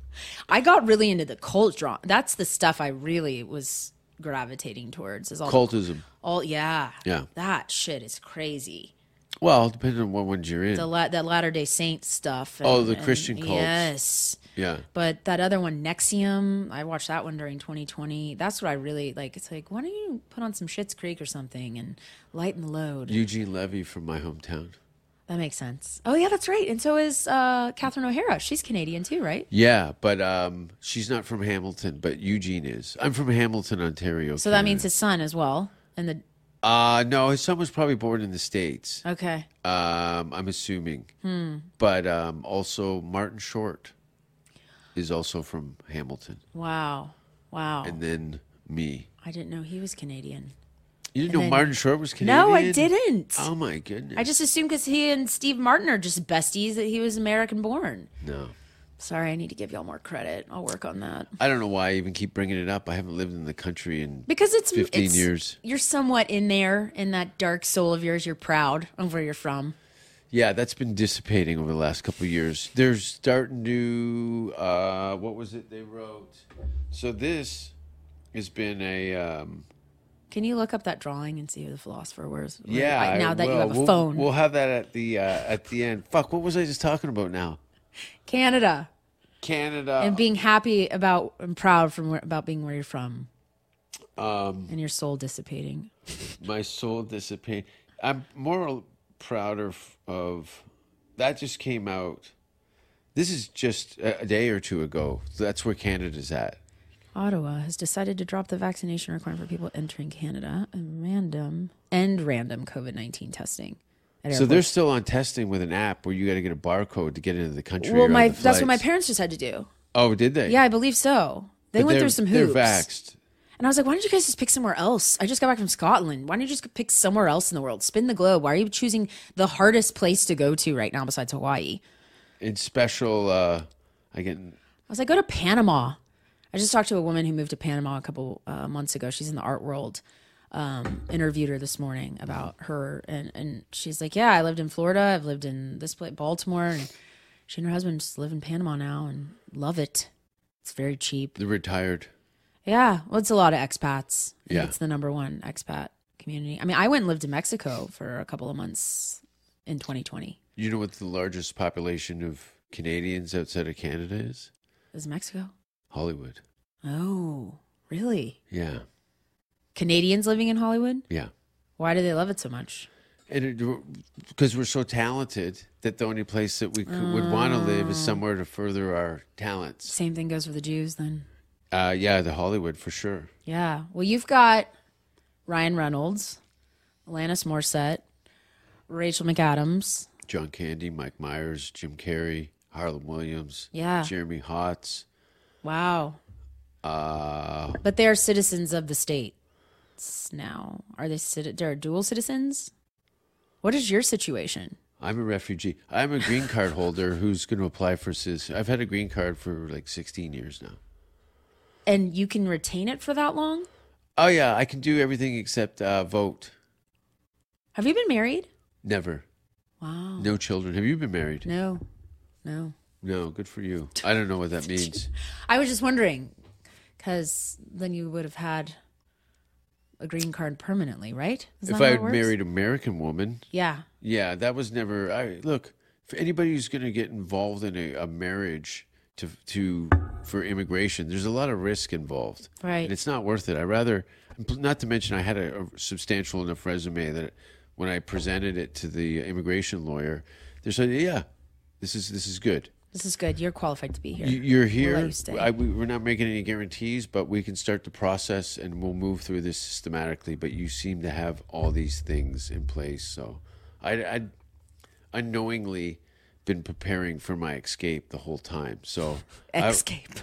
[SPEAKER 6] I got really into the cult drama. That's the stuff I really was gravitating towards. Is all
[SPEAKER 5] Cultism.
[SPEAKER 6] All yeah.
[SPEAKER 5] Yeah.
[SPEAKER 6] That shit is crazy.
[SPEAKER 5] Well, depending on what ones you're in.
[SPEAKER 6] The la- that Latter Day Saint stuff.
[SPEAKER 5] Oh, the Christian cults.
[SPEAKER 6] Yes.
[SPEAKER 5] yeah.
[SPEAKER 6] But that other one, Nexium, I watched that one during 2020. That's what I really like. It's like, why don't you put on some Shit's Creek or something and lighten the load?
[SPEAKER 5] Eugene Levy from my hometown.
[SPEAKER 6] that makes sense. Oh yeah, that's right. And so is uh, Catherine O'Hara. She's Canadian too, right?
[SPEAKER 5] Yeah, but um, she's not from Hamilton, but Eugene is. I'm from Hamilton, Ontario.
[SPEAKER 6] So that means his son as well. And the
[SPEAKER 5] Uh, no, his son was probably born in the States,
[SPEAKER 6] okay.
[SPEAKER 5] um, I'm assuming.
[SPEAKER 6] Hmm.
[SPEAKER 5] But um, also, Martin Short is also from Hamilton.
[SPEAKER 6] Wow. Wow.
[SPEAKER 5] And then me.
[SPEAKER 6] I didn't know he was Canadian.
[SPEAKER 5] You didn't know
[SPEAKER 6] then-
[SPEAKER 5] Martin Short was Canadian?
[SPEAKER 6] No, I didn't.
[SPEAKER 5] Oh, my goodness.
[SPEAKER 6] I just assumed because he and Steve Martin are just besties that he was American born.
[SPEAKER 5] No.
[SPEAKER 6] Sorry, I need to give y'all more credit. I'll work on that
[SPEAKER 5] I don't know why I even keep bringing it up. I haven't lived in the country in
[SPEAKER 6] because it's
[SPEAKER 5] 15
[SPEAKER 6] it's-
[SPEAKER 5] years.
[SPEAKER 6] You're somewhat in there in that dark soul of yours. You're proud of where you're from.
[SPEAKER 5] Yeah, that's been dissipating over the last couple of years. They're starting to. Uh, what was it they wrote? So this has been a. Um,
[SPEAKER 6] Can you look up that drawing and see who the philosopher was?
[SPEAKER 5] yeah,
[SPEAKER 6] Right
[SPEAKER 5] I
[SPEAKER 6] now that you
[SPEAKER 5] will.
[SPEAKER 6] have a
[SPEAKER 5] We'll-
[SPEAKER 6] phone,
[SPEAKER 5] We'll have that at the uh, at the end. Fuck, what was I just talking about now?
[SPEAKER 6] Canada,
[SPEAKER 5] Canada.
[SPEAKER 6] and being happy about and proud from where, about being where you're from,
[SPEAKER 5] um,
[SPEAKER 6] and your soul dissipating.
[SPEAKER 5] my soul dissipate. I'm more prouder f- of that. Just came out. This is just a, a day or two ago. That's where Canada's at.
[SPEAKER 6] Ottawa has decided to drop the vaccination requirement for people entering Canada and random and random COVID nineteen testing. at
[SPEAKER 5] So they're
[SPEAKER 6] airports.
[SPEAKER 5] still on testing with an app where you got to get a barcode to get into the country. or
[SPEAKER 6] well,
[SPEAKER 5] on
[SPEAKER 6] my
[SPEAKER 5] the
[SPEAKER 6] that's what my
[SPEAKER 5] flights.
[SPEAKER 6] parents just had to do.
[SPEAKER 5] Oh, did they?
[SPEAKER 6] Yeah, I believe so. They
[SPEAKER 5] But
[SPEAKER 6] went
[SPEAKER 5] they're-
[SPEAKER 6] through some
[SPEAKER 5] They're
[SPEAKER 6] hoops,
[SPEAKER 5] vaxxed.
[SPEAKER 6] and I was like, "Why don't you guys just pick somewhere else?" I just got back from Scotland. Why don't you just pick somewhere else in the world? Spin the globe. Why are you choosing the hardest place to go to right now besides Hawaii?
[SPEAKER 5] In special, uh, I get.
[SPEAKER 6] I was like, go to Panama. I just talked to a woman who moved to Panama a couple uh, months ago. She's in the art world. Um, interviewed her this morning about her, and and she's like, yeah, I lived in Florida. I've lived in this place, Baltimore, and she and her husband just live in Panama now and love it. It's very cheap.
[SPEAKER 5] The retired.
[SPEAKER 6] Yeah, well, it's a lot of expats. I think
[SPEAKER 5] Yeah.
[SPEAKER 6] it's the number one expat community. I mean, I went and lived in Mexico for a couple of months in 2020.
[SPEAKER 5] You know what the largest population of Canadians outside of Canada is?
[SPEAKER 6] Is Mexico?
[SPEAKER 5] Hollywood.
[SPEAKER 6] Oh, really?
[SPEAKER 5] Yeah,
[SPEAKER 6] Canadians living in Hollywood?
[SPEAKER 5] yeah.
[SPEAKER 6] Why do they love it so much?
[SPEAKER 5] And because we're so talented that the only place that we could, would want to live is somewhere to further our talents.
[SPEAKER 6] Mm. Same thing goes for the Jews then.
[SPEAKER 5] Uh, yeah, the Hollywood for sure.
[SPEAKER 6] Yeah. Well, you've got Ryan Reynolds, Alanis Morissette, Rachel McAdams.
[SPEAKER 5] John Candy, Mike Myers, Jim Carrey, Harlan Williams,
[SPEAKER 6] Yeah.
[SPEAKER 5] Jeremy Hotz.
[SPEAKER 6] Wow.
[SPEAKER 5] Uh,
[SPEAKER 6] But they're citizens of the state s- now. Are they citi- they're dual citizens? What is your situation?
[SPEAKER 5] I'm a refugee. I'm a green card holder who's going to apply for citizen. I've had a green card for like 16 years now.
[SPEAKER 6] And you can retain it for that long?
[SPEAKER 5] Oh yeah, I can do everything except uh, vote.
[SPEAKER 6] Have you been married?
[SPEAKER 5] Never.
[SPEAKER 6] Wow.
[SPEAKER 5] No children. Have you been married?
[SPEAKER 6] No, no.
[SPEAKER 5] No, good for you. I don't know what that means.
[SPEAKER 6] I was just wondering, because then you would have had a green card permanently, right? Is
[SPEAKER 5] if
[SPEAKER 6] that
[SPEAKER 5] I
[SPEAKER 6] how
[SPEAKER 5] had
[SPEAKER 6] it works?
[SPEAKER 5] married American woman,
[SPEAKER 6] yeah,
[SPEAKER 5] yeah, that was never. I look for anybody who's going to get involved in a, a marriage to to for immigration. There's a lot of risk involved,
[SPEAKER 6] Right.
[SPEAKER 5] And it's not worth it. I rather, not to mention, I had a, a substantial enough resume that when I presented it to the immigration lawyer, they said, "Yeah, this is this is good."
[SPEAKER 6] this is good. You're qualified to be here.
[SPEAKER 5] You- You're
[SPEAKER 6] let
[SPEAKER 5] here.
[SPEAKER 6] you stay.
[SPEAKER 5] I, we, we're not making any guarantees, but we can start the process and we'll move through this systematically. But you seem to have all these things in place, so I, I unknowingly been preparing for my escape the whole time. So I-
[SPEAKER 6] Escape.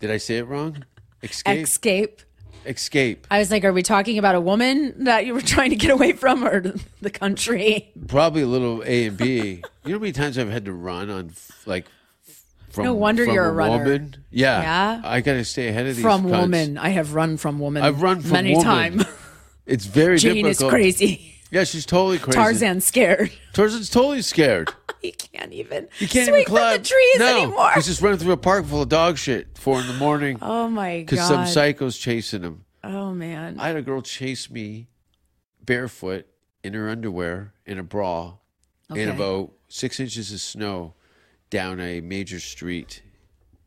[SPEAKER 5] did I say it wrong? Escape.
[SPEAKER 6] Escape.
[SPEAKER 5] escape.
[SPEAKER 6] I was like, are we talking about a woman that you were trying to get away from or the country?
[SPEAKER 5] Probably a little A and B. you know how many times I've had to run on f- like. From,
[SPEAKER 6] No wonder
[SPEAKER 5] from
[SPEAKER 6] you're a runner.
[SPEAKER 5] woman. Yeah,
[SPEAKER 6] Yeah?
[SPEAKER 5] I gotta stay ahead of these
[SPEAKER 6] From
[SPEAKER 5] cunts.
[SPEAKER 6] woman. I have run from woman.
[SPEAKER 5] I've run from
[SPEAKER 6] many
[SPEAKER 5] woman.
[SPEAKER 6] times.
[SPEAKER 5] It's very
[SPEAKER 6] Jane is
[SPEAKER 5] difficult.
[SPEAKER 6] crazy.
[SPEAKER 5] Yeah, she's totally crazy.
[SPEAKER 6] Tarzan's scared.
[SPEAKER 5] Tarzan's totally scared.
[SPEAKER 6] He can't even.
[SPEAKER 5] He can't
[SPEAKER 6] swing
[SPEAKER 5] even climb
[SPEAKER 6] from the trees
[SPEAKER 5] no,
[SPEAKER 6] anymore.
[SPEAKER 5] He's just running through a park full of dog shit four in the morning
[SPEAKER 6] oh my
[SPEAKER 5] because
[SPEAKER 6] god.
[SPEAKER 5] some psycho's chasing him.
[SPEAKER 6] oh man.
[SPEAKER 5] I had a girl chase me barefoot in her underwear in a bra in
[SPEAKER 6] Okay.
[SPEAKER 5] about six inches of snow down a major street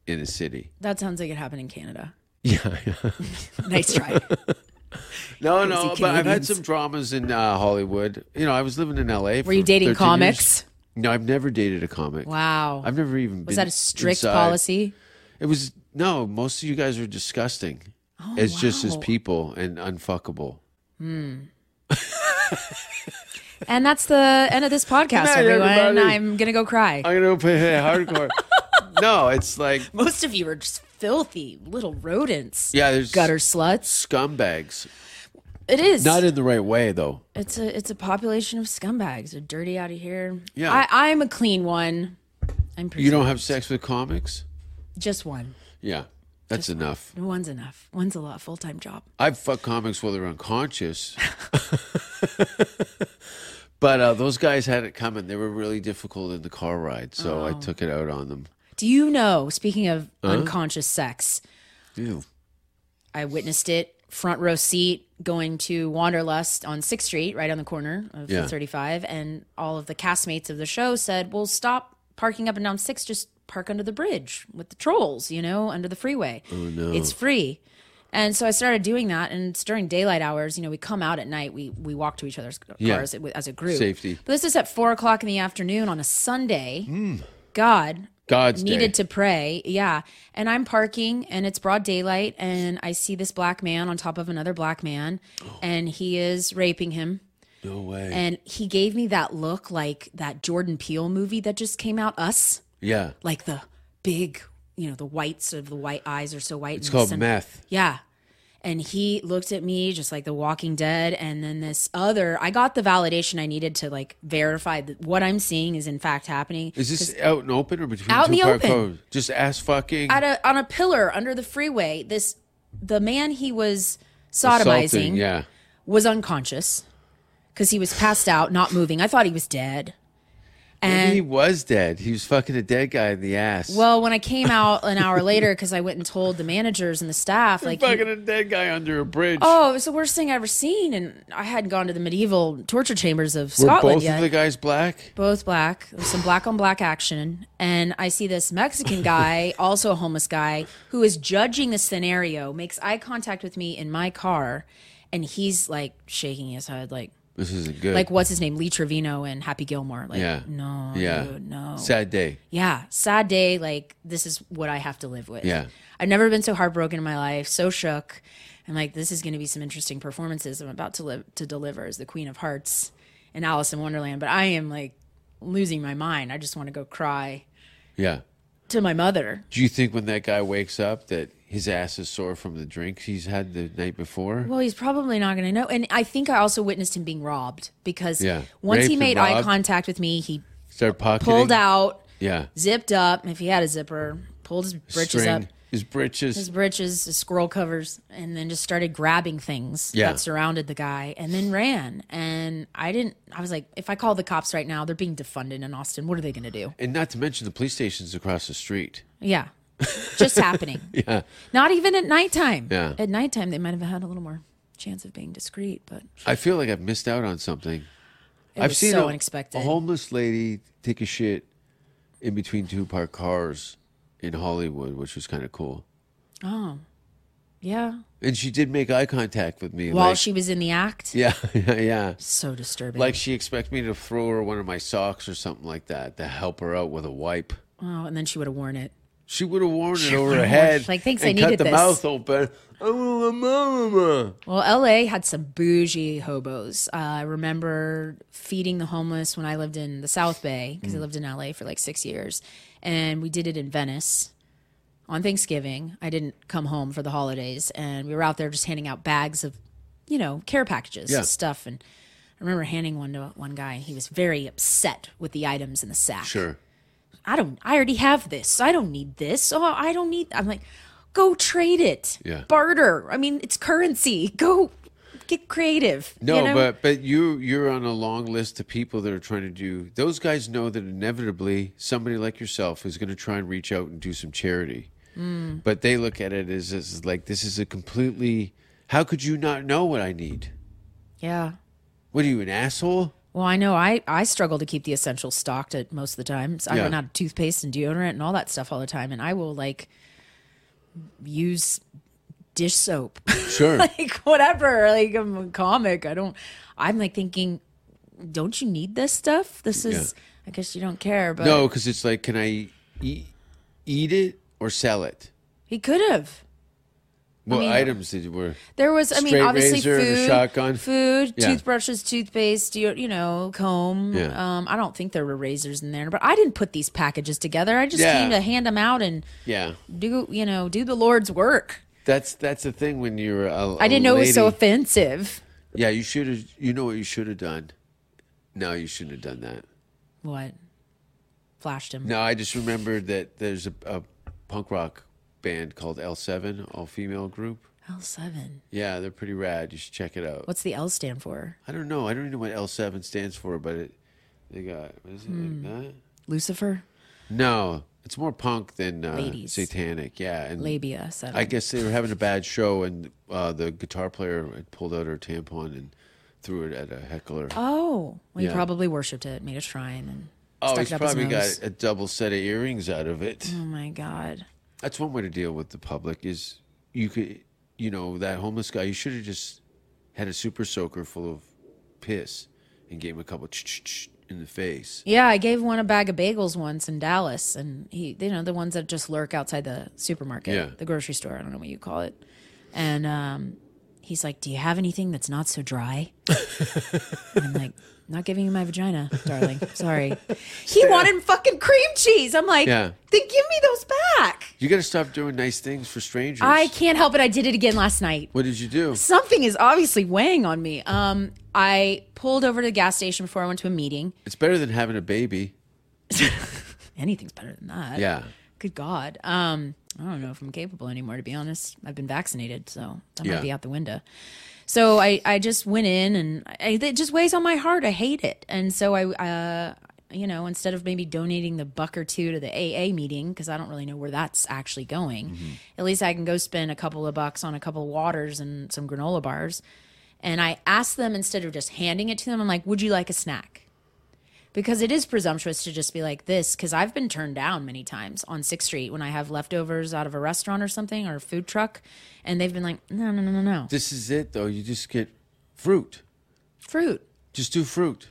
[SPEAKER 5] in the city.
[SPEAKER 6] that sounds like it happened in Canada.
[SPEAKER 5] Yeah.
[SPEAKER 6] Nice try.
[SPEAKER 5] no, no,
[SPEAKER 6] Crazy
[SPEAKER 5] but I've had
[SPEAKER 6] Canadians.
[SPEAKER 5] some dramas in uh, Hollywood. You know, I was living in LA.
[SPEAKER 6] Were you dating comics?
[SPEAKER 5] No, I've never dated a comic.
[SPEAKER 6] Wow.
[SPEAKER 5] I've never even been
[SPEAKER 6] Was that a strict
[SPEAKER 5] inside.
[SPEAKER 6] policy?
[SPEAKER 5] It was no. Most of you guys are disgusting.
[SPEAKER 6] Oh,
[SPEAKER 5] as just as people and unfuckable.
[SPEAKER 6] And that's the end of this podcast,
[SPEAKER 5] night,
[SPEAKER 6] everyone.
[SPEAKER 5] everybody.
[SPEAKER 6] I'm gonna go cry.
[SPEAKER 5] I'm gonna play hardcore. no, it's like
[SPEAKER 6] Most of you are just filthy little rodents.
[SPEAKER 5] yeah, there's
[SPEAKER 6] Gutter sluts.
[SPEAKER 5] scumbags.
[SPEAKER 6] It is.
[SPEAKER 5] Not in the right way though.
[SPEAKER 6] it's a it's a population of scumbags. They're dirty out of here.
[SPEAKER 5] Yeah.
[SPEAKER 6] I, I'm a clean one. I'm pretty
[SPEAKER 5] You don't have sex with comics.
[SPEAKER 6] just one.
[SPEAKER 5] Yeah, that's enough.
[SPEAKER 6] One's enough. One's a lot full time job.
[SPEAKER 5] I've fucked comics while they're unconscious. But uh, those guys had it coming. They were really difficult in the car ride, so
[SPEAKER 6] Oh.
[SPEAKER 5] I took it out on them.
[SPEAKER 6] Do you know, speaking of unconscious sex,
[SPEAKER 5] Ew.
[SPEAKER 6] I witnessed it front row seat going to Wanderlust on 6th Street, right on the corner of
[SPEAKER 5] Yeah.
[SPEAKER 6] 35. And all of the castmates of the show said, well, stop parking up and down 6th, just park under the bridge with the trolls, you know, under the freeway. Oh, no. It's free. And so I started doing that, and it's during daylight hours. You know, we come out at night, we we walk to each other's cars
[SPEAKER 5] Yeah.
[SPEAKER 6] as a group.
[SPEAKER 5] Safety. Hmm.
[SPEAKER 6] But this is at four o'clock in the afternoon on a Sunday. God,
[SPEAKER 5] God's
[SPEAKER 6] needed
[SPEAKER 5] day.
[SPEAKER 6] to pray. Yeah. And I'm parking and it's broad daylight and I see this black man on top of another black man
[SPEAKER 5] Oh.
[SPEAKER 6] and he is raping him.
[SPEAKER 5] no way.
[SPEAKER 6] And he gave me that look like that Jordan Peele movie that just came out, Us,
[SPEAKER 5] yeah,
[SPEAKER 6] like the big, you know, the whites of the white eyes are so white.
[SPEAKER 5] it's
[SPEAKER 6] and
[SPEAKER 5] called
[SPEAKER 6] some-
[SPEAKER 5] meth.
[SPEAKER 6] Yeah. And he looked at me just like The Walking Dead. And then this other, I got the validation I needed to like verify that what I'm seeing is in fact happening.
[SPEAKER 5] Is this out and open or between
[SPEAKER 6] Out in
[SPEAKER 5] two
[SPEAKER 6] the
[SPEAKER 5] park
[SPEAKER 6] open.
[SPEAKER 5] roads? Just ass fucking.
[SPEAKER 6] at a on a pillar under the freeway. This the man he was sodomizing
[SPEAKER 5] Assaulting, Yeah.
[SPEAKER 6] was unconscious because he was passed out, not moving. I thought he was dead.
[SPEAKER 5] Maybe he
[SPEAKER 6] And
[SPEAKER 5] was dead. He was fucking a dead guy in the ass.
[SPEAKER 6] well, when I came out an hour later, because I went and told the managers and the staff, like,
[SPEAKER 5] fucking a dead guy under a bridge.
[SPEAKER 6] oh, it was the worst thing I ever seen, and I hadn't gone to the medieval torture chambers of
[SPEAKER 5] Were
[SPEAKER 6] Scotland
[SPEAKER 5] both
[SPEAKER 6] yet.
[SPEAKER 5] of the guys black?
[SPEAKER 6] both black. There was some black on black action, and I see this Mexican guy, also a homeless guy, who is judging the scenario, makes eye contact with me in my car, and he's like shaking his head, like
[SPEAKER 5] This isn't good.
[SPEAKER 6] like what's his name, Lee Trevino and Happy Gilmore, like
[SPEAKER 5] Yeah.
[SPEAKER 6] no,
[SPEAKER 5] Yeah.
[SPEAKER 6] dude, no,
[SPEAKER 5] Sad day.
[SPEAKER 6] yeah, sad day. Like this is what I have to live with.
[SPEAKER 5] Yeah.
[SPEAKER 6] I've never been so heartbroken in my life, so shook. I'm like, this is going to be some interesting performances I'm about to live to deliver as the Queen of Hearts in Alice in Wonderland. But I am like losing my mind. I just want to go cry
[SPEAKER 5] Yeah.
[SPEAKER 6] to my mother.
[SPEAKER 5] Do you think when that guy wakes up that his ass is sore from the drinks he's had the night before?
[SPEAKER 6] Well, he's probably not going to know. And I think I also witnessed him being robbed because
[SPEAKER 5] Yeah.
[SPEAKER 6] once
[SPEAKER 5] Raped
[SPEAKER 6] he
[SPEAKER 5] and
[SPEAKER 6] made eye
[SPEAKER 5] robbed.
[SPEAKER 6] contact with me, he
[SPEAKER 5] Start pocketing.
[SPEAKER 6] pulled out,
[SPEAKER 5] Yeah.
[SPEAKER 6] zipped up. If he had a zipper, pulled his britches
[SPEAKER 5] String.
[SPEAKER 6] up.
[SPEAKER 5] his britches.
[SPEAKER 6] his britches, his scroll covers, and then just started grabbing things
[SPEAKER 5] Yeah.
[SPEAKER 6] that surrounded the guy and then ran. And I didn't, I was like, if I call the cops right now, they're being defunded in Austin. What are they going to do?
[SPEAKER 5] and not to mention the police stations across the street.
[SPEAKER 6] Yeah. Just happening.
[SPEAKER 5] Yeah.
[SPEAKER 6] Not even at nighttime.
[SPEAKER 5] Yeah.
[SPEAKER 6] At nighttime, they might have had a little more chance of being discreet, but
[SPEAKER 5] I feel like I've missed out on something.
[SPEAKER 6] it
[SPEAKER 5] I've
[SPEAKER 6] was
[SPEAKER 5] seen
[SPEAKER 6] so
[SPEAKER 5] a,
[SPEAKER 6] unexpected.
[SPEAKER 5] a homeless lady take a shit in between two parked cars in Hollywood, which was kind of cool.
[SPEAKER 6] yeah.
[SPEAKER 5] And she did make eye contact with me.
[SPEAKER 6] While
[SPEAKER 5] like,
[SPEAKER 6] she was in the act.
[SPEAKER 5] yeah, yeah, yeah.
[SPEAKER 6] So disturbing.
[SPEAKER 5] Like she expected me to throw her one of my socks or something like that to help her out with a wipe.
[SPEAKER 6] oh, and then she would have worn it.
[SPEAKER 5] She would have worn it over her head.
[SPEAKER 6] Like, thanks, I
[SPEAKER 5] and
[SPEAKER 6] needed
[SPEAKER 5] cut the
[SPEAKER 6] this.
[SPEAKER 5] mouth open. Oh, mama.
[SPEAKER 6] Well, LA had some bougie hobos. Uh, I remember feeding the homeless when I lived in the South Bay because
[SPEAKER 5] Mm.
[SPEAKER 6] I lived in LA for like six years, and we did it in Venice on Thanksgiving. I didn't come home for the holidays, and we were out there just handing out bags of, you know, care packages
[SPEAKER 5] Yeah.
[SPEAKER 6] and stuff. And I remember handing one to one guy, and he was very upset with the items in the sack.
[SPEAKER 5] Sure.
[SPEAKER 6] I don't. I already have this. I don't need this. Oh, I don't need. I'm like, go trade it.
[SPEAKER 5] Yeah.
[SPEAKER 6] Barter. I mean, it's currency. Go get creative.
[SPEAKER 5] No,
[SPEAKER 6] you know?
[SPEAKER 5] but but you you're on a long list of people that are trying to do. Those guys know that inevitably somebody like yourself is going to try and reach out and do some charity.
[SPEAKER 6] Hmm.
[SPEAKER 5] But they look at it as, as like this is a completely. How could you not know what I need?
[SPEAKER 6] yeah.
[SPEAKER 5] What are you an asshole?
[SPEAKER 6] Well, I know I I struggle to keep the essentials stocked at most of the time. So I
[SPEAKER 5] Yeah.
[SPEAKER 6] run out of toothpaste and deodorant and all that stuff all the time, and I will like use dish soap,
[SPEAKER 5] Sure.
[SPEAKER 6] like whatever. Like I'm a comic. I don't. I'm like thinking, don't you need this stuff? This is. I guess you don't care, but
[SPEAKER 5] no, because it's like, can I eat, eat it or sell it?
[SPEAKER 6] he could have.
[SPEAKER 5] What
[SPEAKER 6] mean-
[SPEAKER 5] items did you were?
[SPEAKER 6] There was, I mean,
[SPEAKER 5] Straight
[SPEAKER 6] obviously
[SPEAKER 5] razor and a
[SPEAKER 6] food,
[SPEAKER 5] shotgun.
[SPEAKER 6] food,
[SPEAKER 5] Yeah.
[SPEAKER 6] toothbrushes, toothpaste, deo- you know, comb.
[SPEAKER 5] Yeah.
[SPEAKER 6] Um, I don't think there were razors in there, but I didn't put these packages together. I just
[SPEAKER 5] Yeah.
[SPEAKER 6] came to hand them out and
[SPEAKER 5] Yeah,
[SPEAKER 6] do, you know, do the Lord's work.
[SPEAKER 5] that's that's the thing when you're. A,
[SPEAKER 6] I didn't know it was so
[SPEAKER 5] lady-
[SPEAKER 6] offensive.
[SPEAKER 5] Yeah, you should have. You know what you should have done. No, you shouldn't have done that.
[SPEAKER 6] What? Flashed him.
[SPEAKER 5] No, I just remembered that there's a, a punk rock band called L7, all female group.
[SPEAKER 6] L7.
[SPEAKER 5] Yeah, they're pretty rad. You should check it out.
[SPEAKER 6] What's the L stand for?
[SPEAKER 5] I don't know. I don't even know what L7 stands for, but it they got what is it
[SPEAKER 6] Hmm.
[SPEAKER 5] like that?
[SPEAKER 6] Lucifer?
[SPEAKER 5] No, it's more punk than uh,
[SPEAKER 6] Ladies.
[SPEAKER 5] satanic. Yeah, and
[SPEAKER 6] Labia 7.
[SPEAKER 5] I guess they were having a bad show, and uh, the guitar player had pulled out her tampon and threw it at a heckler.
[SPEAKER 6] oh, well, he
[SPEAKER 5] Yeah.
[SPEAKER 6] probably worshipped it, made a shrine, and
[SPEAKER 5] oh,
[SPEAKER 6] stuck
[SPEAKER 5] he's
[SPEAKER 6] it up his
[SPEAKER 5] probably
[SPEAKER 6] nose.
[SPEAKER 5] got a double set of earrings out of it.
[SPEAKER 6] Oh, my God.
[SPEAKER 5] That's one way to deal with the public is you could, you know, that homeless guy. You should have just had a super soaker full of piss and gave him a couple ch in the face.
[SPEAKER 6] Yeah, I gave one a bag of bagels once in Dallas, and he, you know, the ones that just lurk outside the supermarket,
[SPEAKER 5] Yeah.
[SPEAKER 6] the grocery store. I don't know what you call it. And um, he's like, "Do you have anything that's not so dry?" and I'm like, "Not giving you my vagina, darling. Sorry." He wanted fucking cream cheese. I'm like,
[SPEAKER 5] Yeah.
[SPEAKER 6] "Then give me those back."
[SPEAKER 5] You got to stop doing nice things for strangers.
[SPEAKER 6] I can't help it. I did it again last night
[SPEAKER 5] What did you do?
[SPEAKER 6] something is obviously weighing on me. Um, I pulled over to the gas station before I went to a meeting.
[SPEAKER 5] It's better than having a baby.
[SPEAKER 6] Anything's better than that.
[SPEAKER 5] Yeah.
[SPEAKER 6] Good God. Um, I don't know if I'm capable anymore, to be honest. I've been vaccinated, so that
[SPEAKER 5] Yeah.
[SPEAKER 6] might be out the window. So I, I just went in and I, it just weighs on my heart. I hate it. And so I, uh, you know, instead of maybe donating the buck or two to the AA meeting, because I don't really know where that's actually going, at least I can go spend a couple of bucks on a couple of waters and some granola bars. And I asked them instead of just handing it to them, I'm like, would you like a snack? because it is presumptuous to just be like this because i've been turned down many times on sixth street when i have leftovers out of a restaurant or something or a food truck and they've been like no no no no no
[SPEAKER 5] This is it though. You just get fruit.
[SPEAKER 6] fruit
[SPEAKER 5] Just do fruit.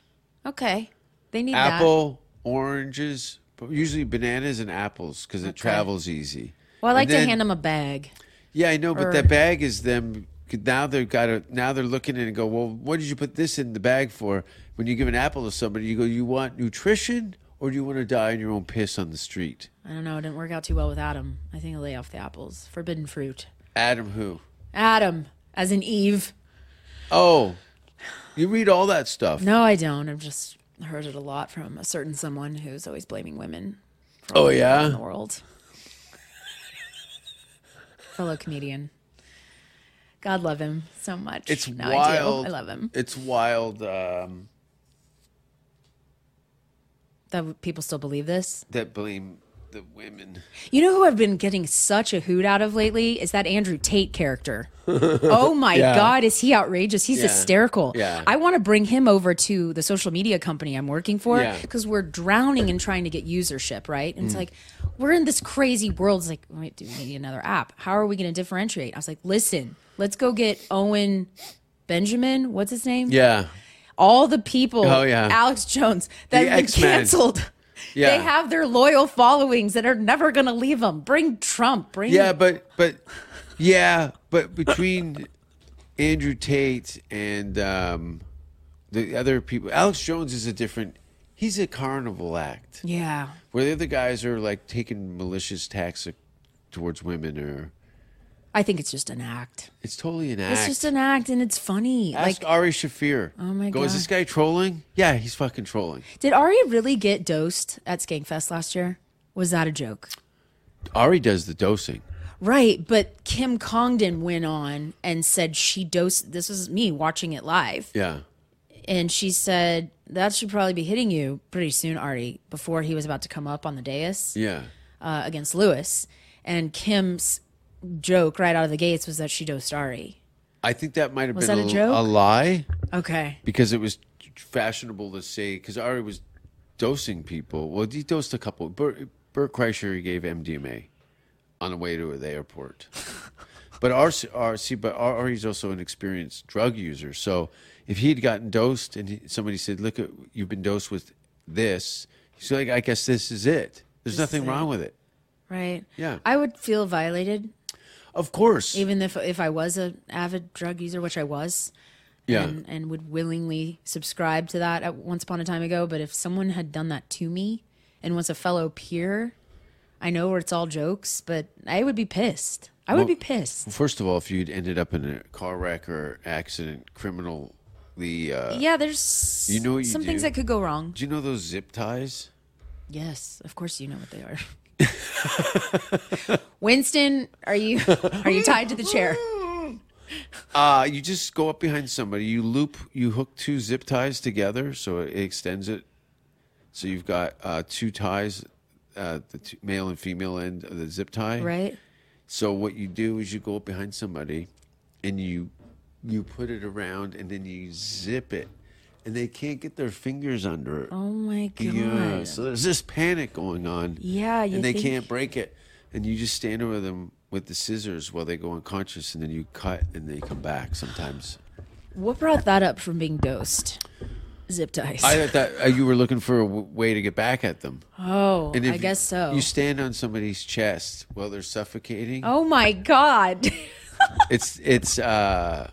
[SPEAKER 6] okay they need that
[SPEAKER 5] Apple, oranges, but usually bananas and apples because it travels easy.
[SPEAKER 6] well i like
[SPEAKER 5] And then-
[SPEAKER 6] to hand them a bag
[SPEAKER 5] Yeah, I know, but
[SPEAKER 6] Or-
[SPEAKER 5] that bag is them. Now they've got to. Now they're looking at it and go, "Well, what did you put this in the bag for?" When you give an apple to somebody, you go, "You want nutrition, or do you want to die in your own piss on the street?"
[SPEAKER 6] i don't know it didn't work out too well with adam i think i'll lay off the apples forbidden fruit
[SPEAKER 5] Adam, who?
[SPEAKER 6] adam as in eve
[SPEAKER 5] Oh, you read all that stuff.
[SPEAKER 6] no i don't i've just heard it a lot from a certain someone who's always blaming women
[SPEAKER 5] oh
[SPEAKER 6] in
[SPEAKER 5] yeah,
[SPEAKER 6] the world fellow comedian. God love him so much.
[SPEAKER 5] It's
[SPEAKER 6] No,
[SPEAKER 5] wild.
[SPEAKER 6] I do. I love him.
[SPEAKER 5] It's wild um,
[SPEAKER 6] That w- people still believe this.
[SPEAKER 5] that blame the women.
[SPEAKER 6] You know who I've been getting such a hoot out of lately is that Andrew Tate character. oh my
[SPEAKER 5] Yeah.
[SPEAKER 6] God, is he outrageous? He's
[SPEAKER 5] Yeah.
[SPEAKER 6] hysterical.
[SPEAKER 5] Yeah.
[SPEAKER 6] I want to bring him over to the social media company I'm working for
[SPEAKER 5] Yeah. Mm.
[SPEAKER 6] because we're drowning in trying to get usership, right? And it's like, we're in this crazy world. It's like, wait, do we need another app? How are we going to differentiate? I was like, listen, let's go get Owen Benjamin. What's his name?
[SPEAKER 5] Yeah.
[SPEAKER 6] all the people,
[SPEAKER 5] Oh, yeah.
[SPEAKER 6] Alex Jones, that
[SPEAKER 5] The
[SPEAKER 6] have been
[SPEAKER 5] X-Men.
[SPEAKER 6] canceled.
[SPEAKER 5] Yeah.
[SPEAKER 6] They have their loyal followings that are never going to leave them. Bring Trump. Bring
[SPEAKER 5] Yeah, but but yeah, but between Andrew Tate and um, the other people, Alex Jones is a different. He's a carnival act
[SPEAKER 6] yeah,
[SPEAKER 5] where the other guys are like taking malicious tactics towards women, or
[SPEAKER 6] I think it's just an act.
[SPEAKER 5] it's totally an
[SPEAKER 6] It's
[SPEAKER 5] act.
[SPEAKER 6] just an act, and it's funny.
[SPEAKER 5] Ask
[SPEAKER 6] like,
[SPEAKER 5] Ari Shafir.
[SPEAKER 6] Oh my
[SPEAKER 5] Go, is
[SPEAKER 6] God.
[SPEAKER 5] this guy trolling? Yeah, he's fucking trolling.
[SPEAKER 6] did Ari really get dosed at Skankfest last year? Was that a joke?
[SPEAKER 5] Ari does the dosing.
[SPEAKER 6] Right, but Kim Congdon went on and said she dosed. This is me watching it live.
[SPEAKER 5] Yeah.
[SPEAKER 6] and she said that should probably be hitting you pretty soon, Artie, before he was about to come up on the dais
[SPEAKER 5] Yeah.
[SPEAKER 6] uh, against Lewis. And Kim's joke right out of the gates was that she dosed Ari.
[SPEAKER 5] I think that might have
[SPEAKER 6] Was
[SPEAKER 5] been
[SPEAKER 6] that a
[SPEAKER 5] a,
[SPEAKER 6] joke?
[SPEAKER 5] a lie
[SPEAKER 6] Okay.
[SPEAKER 5] because it was fashionable to say because Ari was dosing people. Well, he dosed a couple. Bert, Bert Kreischer gave MDMA on the way to the airport. but our, our see, but our, Ari's also an experienced drug user. So if he had gotten dosed and he, somebody said, "Look, at- you've been dosed with this," he's like, "I guess this is it. There's nothing
[SPEAKER 6] is
[SPEAKER 5] wrong with it."
[SPEAKER 6] Right.
[SPEAKER 5] Yeah.
[SPEAKER 6] I would feel violated,
[SPEAKER 5] Of course.
[SPEAKER 6] even if if I was an avid drug user, which I was,
[SPEAKER 5] yeah.
[SPEAKER 6] and, and would willingly subscribe to that at once upon a time ago. But if someone had done that to me and was a fellow peer, I know where it's all jokes, but I would be pissed. I would
[SPEAKER 5] Well-
[SPEAKER 6] be pissed.
[SPEAKER 5] First of all, if you'd ended up in a car wreck or accident, criminal, the uh,
[SPEAKER 6] Yeah, there's
[SPEAKER 5] You know what you
[SPEAKER 6] some things
[SPEAKER 5] do?
[SPEAKER 6] that could go wrong.
[SPEAKER 5] do you know those zip ties?
[SPEAKER 6] Yes, of course you know what they are. Winston, are you are you tied to the chair?
[SPEAKER 5] Uh, you just go up behind somebody, you loop, you hook two zip ties together, so it extends it. So you've got uh, two ties, uh, the two, male and female end of the zip tie.
[SPEAKER 6] Right?
[SPEAKER 5] So what you do is you go up behind somebody, and you you put it around, and then you zip it, and they can't get their fingers under it.
[SPEAKER 6] Oh my god.
[SPEAKER 5] Yeah. So there's this panic going on.
[SPEAKER 6] Yeah, you
[SPEAKER 5] And they
[SPEAKER 6] think-
[SPEAKER 5] can't break it. And you just stand over them with the scissors while they go unconscious and then you cut and they come back sometimes.
[SPEAKER 6] What brought that up from being dosed? Zip ties.
[SPEAKER 5] I thought uh, you were looking for a w- way to get back at them.
[SPEAKER 6] oh,
[SPEAKER 5] And if
[SPEAKER 6] I guess so.
[SPEAKER 5] You stand on somebody's chest while they're suffocating.
[SPEAKER 6] oh my god.
[SPEAKER 5] It's it's uh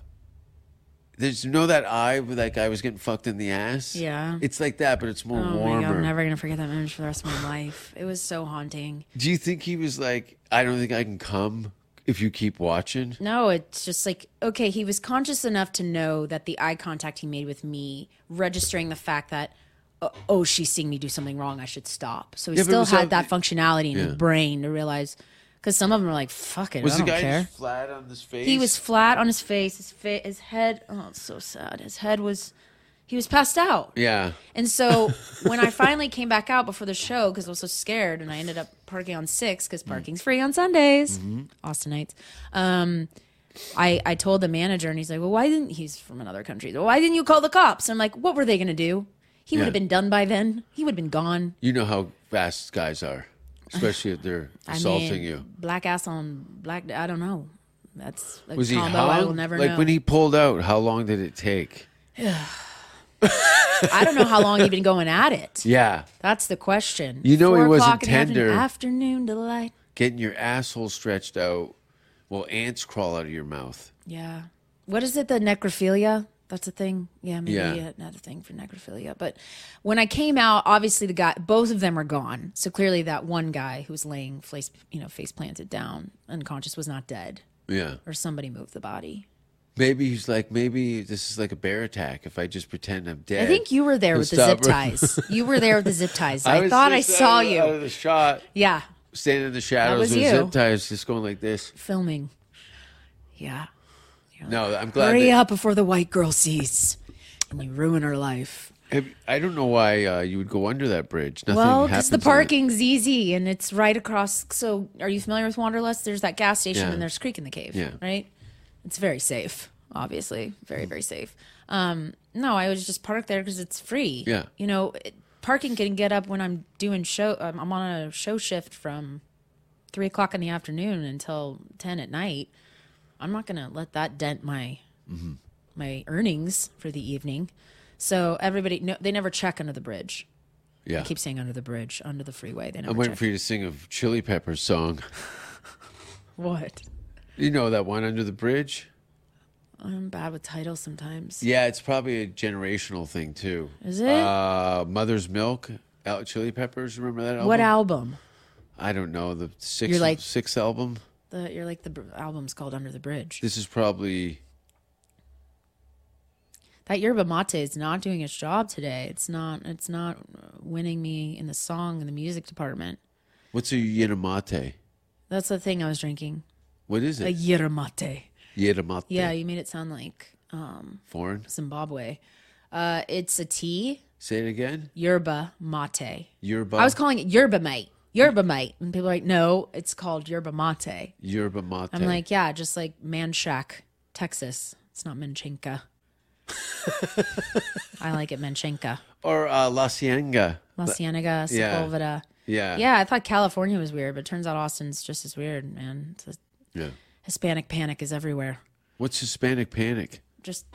[SPEAKER 5] there's you know that eye where that guy was getting fucked in the ass?
[SPEAKER 6] Yeah.
[SPEAKER 5] It's like that, but it's more
[SPEAKER 6] Oh my god,
[SPEAKER 5] warmer.
[SPEAKER 6] I'm never gonna forget that image for the rest of my life. It was so haunting.
[SPEAKER 5] Do you think he was like, I don't think I can come if you keep watching?
[SPEAKER 6] No, it's just like, okay, he was conscious enough to know that the eye contact he made with me, registering the fact that, uh, oh, she's seeing me do something wrong. I should stop. So he
[SPEAKER 5] Yeah, but it
[SPEAKER 6] still
[SPEAKER 5] was all-
[SPEAKER 6] had that functionality in
[SPEAKER 5] Yeah.
[SPEAKER 6] his brain to realize, because some of them are like, fuck it,
[SPEAKER 5] Was
[SPEAKER 6] I
[SPEAKER 5] the
[SPEAKER 6] don't
[SPEAKER 5] guy
[SPEAKER 6] care.
[SPEAKER 5] just flat on his face?
[SPEAKER 6] He was flat on his face. His, fa- his head, oh, it's so sad. His head was, he was passed out.
[SPEAKER 5] yeah.
[SPEAKER 6] And so when I finally came back out before the show, because I was so scared, and I ended up parking on six
[SPEAKER 5] Mm.
[SPEAKER 6] because parking's free on Sundays,
[SPEAKER 5] Mm-hmm.
[SPEAKER 6] Austin nights. Um, I I told the manager, and he's like, "Well, why didn't he's from another country? Well, why didn't you call the cops?" And I'm like, "What were they gonna do? He
[SPEAKER 5] Yeah.
[SPEAKER 6] would have been done by then. He would have been gone."
[SPEAKER 5] You know how fast guys are, especially if they're
[SPEAKER 6] I
[SPEAKER 5] assaulting
[SPEAKER 6] mean,
[SPEAKER 5] you.
[SPEAKER 6] black ass on black. I don't know. That's a
[SPEAKER 5] Was he
[SPEAKER 6] combo
[SPEAKER 5] hung?
[SPEAKER 6] I will never
[SPEAKER 5] like
[SPEAKER 6] know.
[SPEAKER 5] when he pulled out, how long did it take?
[SPEAKER 6] I don't know how long he'd been going at it.
[SPEAKER 5] Yeah,
[SPEAKER 6] That's the question.
[SPEAKER 5] You know he
[SPEAKER 6] Four
[SPEAKER 5] wasn't
[SPEAKER 6] o'clock in the afternoon-
[SPEAKER 5] tender.
[SPEAKER 6] Afternoon delight.
[SPEAKER 5] getting your asshole stretched out. Well, ants crawl out of your mouth.
[SPEAKER 6] Yeah. What is it? The necrophilia? That's a thing. Yeah, maybe
[SPEAKER 5] Yeah.
[SPEAKER 6] uh, not a thing for necrophilia. But when I came out, obviously the guy, both of them are gone. So clearly that one guy who was laying face, you know, face planted down, unconscious, was not dead,
[SPEAKER 5] Yeah,
[SPEAKER 6] or somebody moved the body.
[SPEAKER 5] maybe he's like, maybe this is like a bear attack. If I just pretend I'm dead,
[SPEAKER 6] I think you were there with the
[SPEAKER 5] Stop her.
[SPEAKER 6] zip ties. You were there with the zip ties. I,
[SPEAKER 5] was
[SPEAKER 6] thought I
[SPEAKER 5] just uh,
[SPEAKER 6] saw
[SPEAKER 5] out of-
[SPEAKER 6] you.
[SPEAKER 5] out of the shot.
[SPEAKER 6] yeah.
[SPEAKER 5] standing in the shadows
[SPEAKER 6] was
[SPEAKER 5] with
[SPEAKER 6] you.
[SPEAKER 5] zip ties, just going like this.
[SPEAKER 6] filming. Yeah.
[SPEAKER 5] No, I'm glad.
[SPEAKER 6] Hurry
[SPEAKER 5] that-
[SPEAKER 6] up before the white girl sees and you ruin her life.
[SPEAKER 5] Have- I don't know why uh, you would go under that bridge. Nothing
[SPEAKER 6] Well, because the
[SPEAKER 5] happens on it.
[SPEAKER 6] parking's easy and it's right across. So, are you familiar with Wanderlust? There's that gas station
[SPEAKER 5] Yeah.
[SPEAKER 6] and there's Creek in the Cave,
[SPEAKER 5] Yeah.
[SPEAKER 6] right? It's very safe, obviously, very very safe. Um, no, I was just parked there because it's free.
[SPEAKER 5] Yeah.
[SPEAKER 6] you know, it, parking can get up when I'm doing show. Um, I'm on a show shift from three o'clock in the afternoon until ten at night. I'm not gonna let that dent my
[SPEAKER 5] Mm-hmm.
[SPEAKER 6] my earnings for the evening. So everybody, no, they never check under the bridge.
[SPEAKER 5] Yeah.
[SPEAKER 6] I keep saying under the bridge, under the freeway. They never
[SPEAKER 5] I'm waiting
[SPEAKER 6] check.
[SPEAKER 5] for you to sing a Chili Peppers song.
[SPEAKER 6] What?
[SPEAKER 5] You know that one under the bridge?
[SPEAKER 6] I'm bad with titles sometimes.
[SPEAKER 5] Yeah, it's probably a generational thing too.
[SPEAKER 6] Is it?
[SPEAKER 5] Uh, Mother's Milk, Al- Chili Peppers. Remember that album?
[SPEAKER 6] what album?
[SPEAKER 5] I don't know the 6th
[SPEAKER 6] You're like-
[SPEAKER 5] sixth album.
[SPEAKER 6] The, you're like the br- album's called Under the Bridge.
[SPEAKER 5] This is probably
[SPEAKER 6] that yerba mate is not doing its job today. It's not. It's not winning me in the song and the music department.
[SPEAKER 5] what's a Yenamate?
[SPEAKER 6] That's the thing I was drinking.
[SPEAKER 5] What is
[SPEAKER 6] A
[SPEAKER 5] it?
[SPEAKER 6] yerba mate.
[SPEAKER 5] Yenamate.
[SPEAKER 6] Yeah, you made it sound like um,
[SPEAKER 5] Foreign.
[SPEAKER 6] Zimbabwe. Uh, it's a tea,
[SPEAKER 5] Say it again.
[SPEAKER 6] yerba mate.
[SPEAKER 5] Yerba.
[SPEAKER 6] I was calling it yerba mate. Yerba mate, and people are like, no, it's called yerba mate.
[SPEAKER 5] Yerba mate.
[SPEAKER 6] I'm like, yeah, just like Manchac, Texas. It's not Manchinka. I like it Manchinka.
[SPEAKER 5] or uh, La Cienga.
[SPEAKER 6] La Cienega,
[SPEAKER 5] yeah.
[SPEAKER 6] Sepulveda.
[SPEAKER 5] Yeah.
[SPEAKER 6] Yeah, I thought California was weird, but it turns out Austin's just as weird, man. It's a-
[SPEAKER 5] Yeah.
[SPEAKER 6] Hispanic panic is everywhere.
[SPEAKER 5] What's Hispanic Panic?
[SPEAKER 6] Just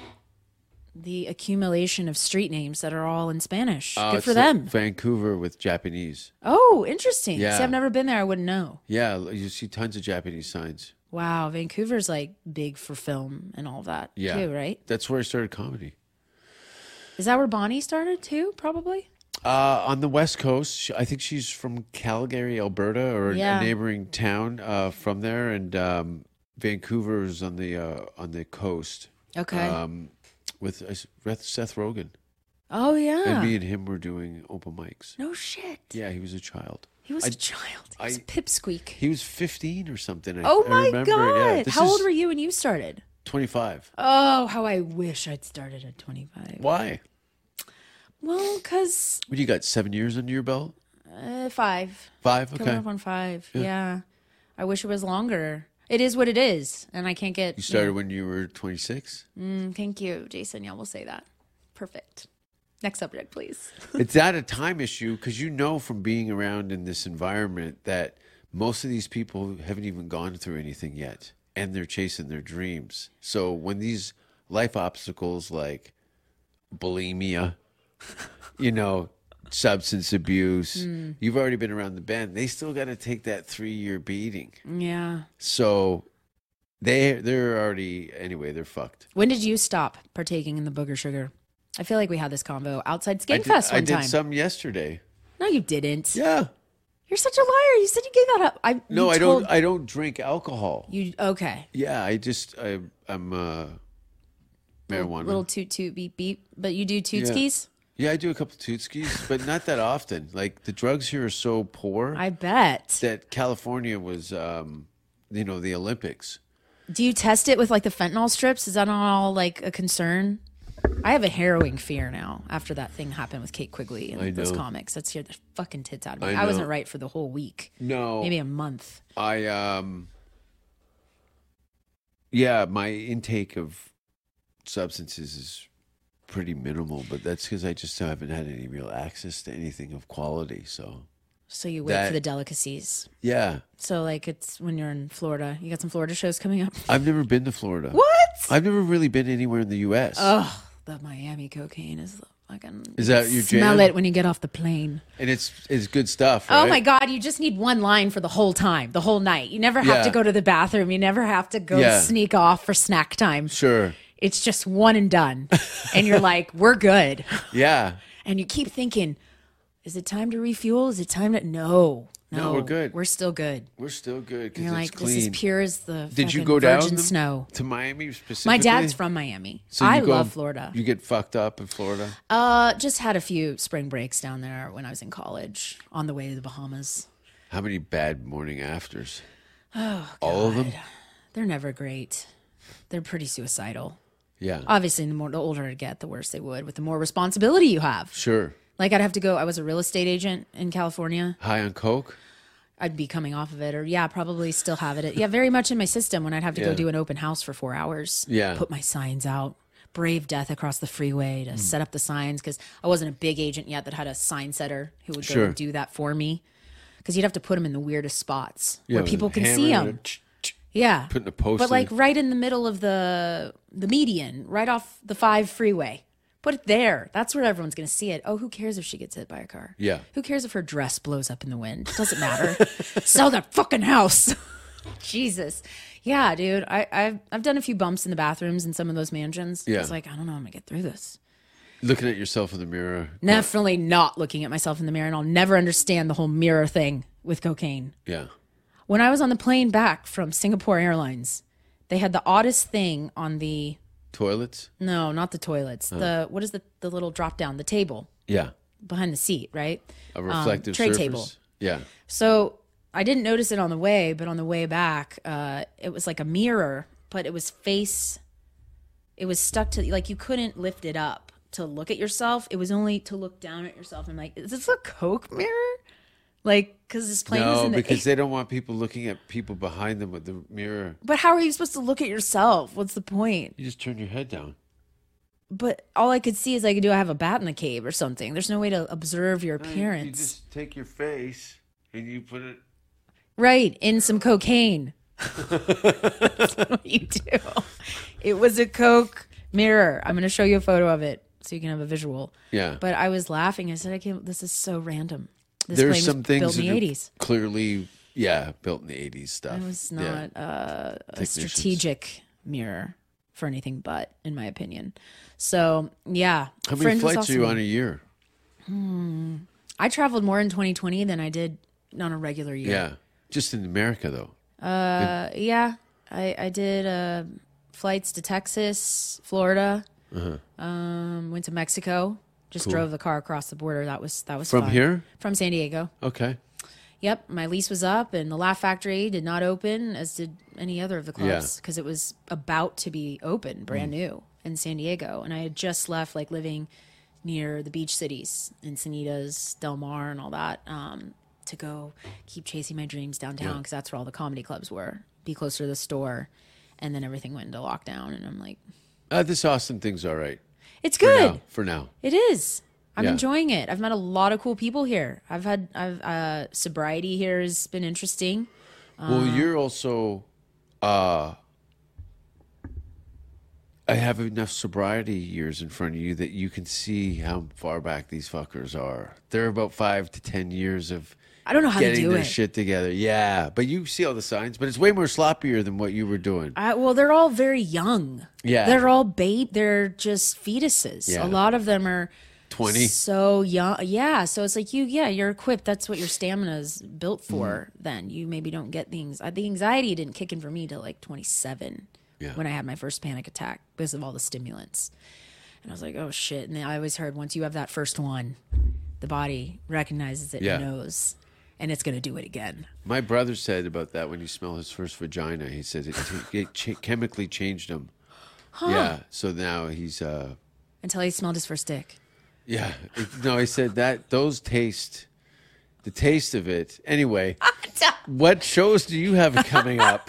[SPEAKER 6] the accumulation of street names that are all in Spanish.
[SPEAKER 5] Uh,
[SPEAKER 6] Good
[SPEAKER 5] it's
[SPEAKER 6] for
[SPEAKER 5] like
[SPEAKER 6] them.
[SPEAKER 5] Vancouver with Japanese.
[SPEAKER 6] oh, interesting.
[SPEAKER 5] Yeah.
[SPEAKER 6] See, I've never been there. I wouldn't know.
[SPEAKER 5] Yeah, you see tons of Japanese signs.
[SPEAKER 6] Wow, Vancouver's like big for film and all that
[SPEAKER 5] Yeah.
[SPEAKER 6] too, right?
[SPEAKER 5] That's where I started comedy.
[SPEAKER 6] Is that where Bonnie started too? Probably.
[SPEAKER 5] Uh, on the West Coast, she- I think she's from Calgary, Alberta, or
[SPEAKER 6] Yeah.
[SPEAKER 5] a neighboring town uh, from there, and um, Vancouver's on the uh, on the coast.
[SPEAKER 6] Okay.
[SPEAKER 5] Um, with uh, Seth- Seth Rogen,
[SPEAKER 6] oh yeah.
[SPEAKER 5] and me and him were doing open mics.
[SPEAKER 6] No shit.
[SPEAKER 5] Yeah, he was a child.
[SPEAKER 6] He was
[SPEAKER 5] I-
[SPEAKER 6] a child. He was
[SPEAKER 5] I-
[SPEAKER 6] pipsqueak.
[SPEAKER 5] He was 15 or something. I,
[SPEAKER 6] oh
[SPEAKER 5] I
[SPEAKER 6] my
[SPEAKER 5] remember.
[SPEAKER 6] god!
[SPEAKER 5] Yeah,
[SPEAKER 6] how old were you when you started?
[SPEAKER 5] 25.
[SPEAKER 6] Oh, how I wish I'd started at 25.
[SPEAKER 5] Why?
[SPEAKER 6] Well, because
[SPEAKER 5] What do you got? Seven years under your belt?
[SPEAKER 6] uh, five.
[SPEAKER 5] Five?
[SPEAKER 6] Coming
[SPEAKER 5] Okay.
[SPEAKER 6] up on five. Yeah. I wish it was longer. It is what it is, and I can't get.
[SPEAKER 5] You started when you were 26.
[SPEAKER 6] Mm, thank you, Jason. Yeah, we'll say that. Perfect. Next subject, please.
[SPEAKER 5] it's not a time issue because you know from being around in this environment that most of these people haven't even gone through anything yet and they're chasing their dreams. So when these life obstacles like bulimia, you know, substance abuse,
[SPEAKER 6] Hmm.
[SPEAKER 5] you've already been around the bend, they still got to take that three year beating.
[SPEAKER 6] Yeah.
[SPEAKER 5] So they they're already anyway they're fucked.
[SPEAKER 6] When did you stop partaking in the booger sugar? I feel like we had this combo outside
[SPEAKER 5] I
[SPEAKER 6] Skankfest
[SPEAKER 5] did,
[SPEAKER 6] one
[SPEAKER 5] I did
[SPEAKER 6] time.
[SPEAKER 5] some yesterday.
[SPEAKER 6] no, you didn't.
[SPEAKER 5] Yeah.
[SPEAKER 6] You're such a liar. You said you gave that up. I
[SPEAKER 5] No,
[SPEAKER 6] you
[SPEAKER 5] I
[SPEAKER 6] told-
[SPEAKER 5] don't. I don't drink alcohol.
[SPEAKER 6] You okay?
[SPEAKER 5] Yeah, I just I I'm uh marijuana.
[SPEAKER 6] Little toot toot beep beep. But you do toot
[SPEAKER 5] Yeah.
[SPEAKER 6] skis.
[SPEAKER 5] yeah, I do a couple tootskis, but not that often. Like the drugs here are so poor
[SPEAKER 6] I bet.
[SPEAKER 5] that California was um you know, the Olympics.
[SPEAKER 6] Do you test it with like the fentanyl strips? Is that not all like a concern? I have a harrowing fear now after that thing happened with Kate Quigley and
[SPEAKER 5] I
[SPEAKER 6] those
[SPEAKER 5] know.
[SPEAKER 6] comics. Let's hear the fucking tits out of me.
[SPEAKER 5] I
[SPEAKER 6] I, wasn't
[SPEAKER 5] know. Oh.
[SPEAKER 6] right for the whole week,
[SPEAKER 5] No.
[SPEAKER 6] maybe a month.
[SPEAKER 5] I um Yeah, my intake of substances is pretty minimal, but that's cuz I just haven't had any real access to anything of quality, so
[SPEAKER 6] So you wait
[SPEAKER 5] That-
[SPEAKER 6] for the delicacies.
[SPEAKER 5] yeah.
[SPEAKER 6] So like it's when you're in Florida. You got some Florida shows coming up.
[SPEAKER 5] I've never been to Florida.
[SPEAKER 6] What?
[SPEAKER 5] I've never really been anywhere in the US.
[SPEAKER 6] Oh, the Miami cocaine is the fucking.
[SPEAKER 5] Is that your
[SPEAKER 6] smell
[SPEAKER 5] jam?
[SPEAKER 6] it when you get off the plane?
[SPEAKER 5] and it's it's good stuff.
[SPEAKER 6] Oh my
[SPEAKER 5] right?
[SPEAKER 6] God! You just need one line for the whole time, the whole night. You never have
[SPEAKER 5] Yeah.
[SPEAKER 6] to go to the bathroom. You never have to go
[SPEAKER 5] Yeah.
[SPEAKER 6] sneak off for snack time.
[SPEAKER 5] Sure.
[SPEAKER 6] It's just one and done, and you're like, "We're good."
[SPEAKER 5] Yeah.
[SPEAKER 6] And you keep thinking, "Is it time to refuel? Is it time to no?" No,
[SPEAKER 5] No, we're good.
[SPEAKER 6] We're still good.
[SPEAKER 5] We're still good because
[SPEAKER 6] You're
[SPEAKER 5] it's
[SPEAKER 6] like,
[SPEAKER 5] clean.
[SPEAKER 6] "This is pure as the
[SPEAKER 5] Did you
[SPEAKER 6] fucking
[SPEAKER 5] go down
[SPEAKER 6] virgin
[SPEAKER 5] the-
[SPEAKER 6] snow."
[SPEAKER 5] to Miami specifically?
[SPEAKER 6] My dad's from Miami.
[SPEAKER 5] So you
[SPEAKER 6] I
[SPEAKER 5] go-
[SPEAKER 6] love Florida.
[SPEAKER 5] You get fucked up in Florida.
[SPEAKER 6] Uh, just had a few spring breaks down there when I was in college on the way to the Bahamas.
[SPEAKER 5] How many bad morning afters? Oh, all of them.
[SPEAKER 6] They're never great. They're pretty suicidal.
[SPEAKER 5] Yeah,
[SPEAKER 6] Obviously, the more the older I get, the worse they would. With the more responsibility you have,
[SPEAKER 5] sure.
[SPEAKER 6] like I'd have to go. I was a real estate agent in California.
[SPEAKER 5] High on coke.
[SPEAKER 6] I'd be coming off of it, or yeah, probably still have it. Yeah, very much in my system when I'd have to
[SPEAKER 5] Yeah.
[SPEAKER 6] go do an open house for four hours.
[SPEAKER 5] Yeah.
[SPEAKER 6] put my signs out. Brave death across the freeway
[SPEAKER 5] Hmm.
[SPEAKER 6] to set up the signs because I wasn't a big agent yet that had a sign setter who would go
[SPEAKER 5] Sure.
[SPEAKER 6] and do that for me. Because you'd have to put them in the weirdest spots
[SPEAKER 5] Yeah,
[SPEAKER 6] where
[SPEAKER 5] with
[SPEAKER 6] people
[SPEAKER 5] a
[SPEAKER 6] can
[SPEAKER 5] hammer
[SPEAKER 6] see
[SPEAKER 5] and
[SPEAKER 6] them.
[SPEAKER 5] a ch- ch-
[SPEAKER 6] Yeah.
[SPEAKER 5] Putting a post
[SPEAKER 6] But
[SPEAKER 5] in
[SPEAKER 6] like
[SPEAKER 5] the-
[SPEAKER 6] right in the middle of the the median, right off the five freeway. Put it there. That's where everyone's gonna see it. Oh, who cares if she gets hit by a car?
[SPEAKER 5] Yeah.
[SPEAKER 6] Who cares if her dress blows up in the wind? Doesn't matter. Sell that fucking house. Jesus. Yeah, dude. I, I've I've done a few bumps in the bathrooms in some of those mansions.
[SPEAKER 5] Yeah.
[SPEAKER 6] It's like, I don't know how I'm gonna get through this.
[SPEAKER 5] Looking at yourself in the mirror.
[SPEAKER 6] Definitely not looking at myself in the mirror, and I'll never understand the whole mirror thing with cocaine
[SPEAKER 5] Yeah.
[SPEAKER 6] when I was on the plane back from Singapore Airlines, they had the oddest thing on the
[SPEAKER 5] Toilets.
[SPEAKER 6] no, not the
[SPEAKER 5] Oh.
[SPEAKER 6] toilets. The what is the the little drop down, the table
[SPEAKER 5] Yeah.
[SPEAKER 6] behind the seat, right?
[SPEAKER 5] A reflective
[SPEAKER 6] Um, tray
[SPEAKER 5] surface.
[SPEAKER 6] table.
[SPEAKER 5] Yeah.
[SPEAKER 6] So I didn't notice it on the way, but on the way back, uh, it was like a mirror, but it was face. It was stuck to like you couldn't lift it up to look at yourself. It was only to look down at yourself. I'm like, is this a Coke mirror? Like, because this plane was
[SPEAKER 5] No,
[SPEAKER 6] in the
[SPEAKER 5] because they don't want people looking at people behind them with the mirror.
[SPEAKER 6] But how are you supposed to look at yourself? What's the point?
[SPEAKER 5] You just turn your head down.
[SPEAKER 6] but all I could see is like, do I have a bat in the cave or something? There's no way to observe your appearance,
[SPEAKER 5] You just take your face and you put it.
[SPEAKER 6] right? In some cocaine. That's what you do. It was a coke mirror. I'm gonna show you a photo of it so you can have a visual.
[SPEAKER 5] Yeah.
[SPEAKER 6] But I was laughing. I said, I can't. This is so random. This
[SPEAKER 5] there's
[SPEAKER 6] plane
[SPEAKER 5] some
[SPEAKER 6] was
[SPEAKER 5] things
[SPEAKER 6] built in
[SPEAKER 5] that
[SPEAKER 6] the
[SPEAKER 5] are
[SPEAKER 6] 80s.
[SPEAKER 5] clearly, yeah, built in the 80s stuff.
[SPEAKER 6] It was
[SPEAKER 5] Yeah.
[SPEAKER 6] not uh, a
[SPEAKER 5] Technicians.
[SPEAKER 6] strategic mirror for anything but, in my opinion. So yeah.
[SPEAKER 5] How many
[SPEAKER 6] Friend was
[SPEAKER 5] flights are you
[SPEAKER 6] awesome.
[SPEAKER 5] on a year?
[SPEAKER 6] I traveled more in 2020 than I did on a regular year.
[SPEAKER 5] Yeah. Just in America, though.
[SPEAKER 6] Uh, yeah, I, I did uh, flights to Texas, Florida.
[SPEAKER 5] Uh-huh.
[SPEAKER 6] Um, went to Mexico. Just drove the car across the border. That was that was
[SPEAKER 5] From
[SPEAKER 6] fun.
[SPEAKER 5] here?
[SPEAKER 6] from San Diego.
[SPEAKER 5] Okay.
[SPEAKER 6] Yep, my lease was up, and the Laugh Factory did not open, as did any other of the clubs, because it was about to be open, brand new, in San Diego. And I had just left, like living near the beach cities, Encinitas, Del Mar, and all that, um, to go keep chasing my dreams downtown, because that's where all the comedy clubs were, be closer to the store. And then everything went into lockdown, and I'm like,
[SPEAKER 5] Uh, this Austin thing's all right.
[SPEAKER 6] it's
[SPEAKER 5] For
[SPEAKER 6] good.
[SPEAKER 5] now. For now.
[SPEAKER 6] It is. I'm
[SPEAKER 5] Yeah.
[SPEAKER 6] enjoying it. I've met a lot of cool people here. I've had I've uh sobriety here has been interesting.
[SPEAKER 5] Well, you're also. Uh, I have enough sobriety years in front of you that you can see how far back these fuckers are. They're about five to ten years of
[SPEAKER 6] I don't know how to
[SPEAKER 5] getting
[SPEAKER 6] do
[SPEAKER 5] their
[SPEAKER 6] it.
[SPEAKER 5] shit together. Yeah, but you see all the signs. But it's way more sloppier than what you were doing.
[SPEAKER 6] I, well, they're all very young.
[SPEAKER 5] Yeah.
[SPEAKER 6] they're all babe. They're just fetuses.
[SPEAKER 5] Yeah.
[SPEAKER 6] A lot of them are
[SPEAKER 5] 20.
[SPEAKER 6] So young. Yeah. So it's like you. Yeah, you're equipped. That's what your stamina is built for.
[SPEAKER 5] Mm-hmm.
[SPEAKER 6] Then you maybe don't get the anxiety. The anxiety didn't kick in for me till like 27
[SPEAKER 5] Yeah.
[SPEAKER 6] when I had my first panic attack because of all the stimulants. And I was like, oh shit. And then I always heard once you have that first one, the body recognizes it
[SPEAKER 5] Yeah.
[SPEAKER 6] and knows, and it's gonna do it again.
[SPEAKER 5] My brother said about that when you smell his first vagina, he said it, it ch- chemically changed him. Yeah. So now he's uh
[SPEAKER 6] Until he smelled his first dick.
[SPEAKER 5] yeah. It- no, he said that those taste the taste of it. Anyway, what shows do you have coming up?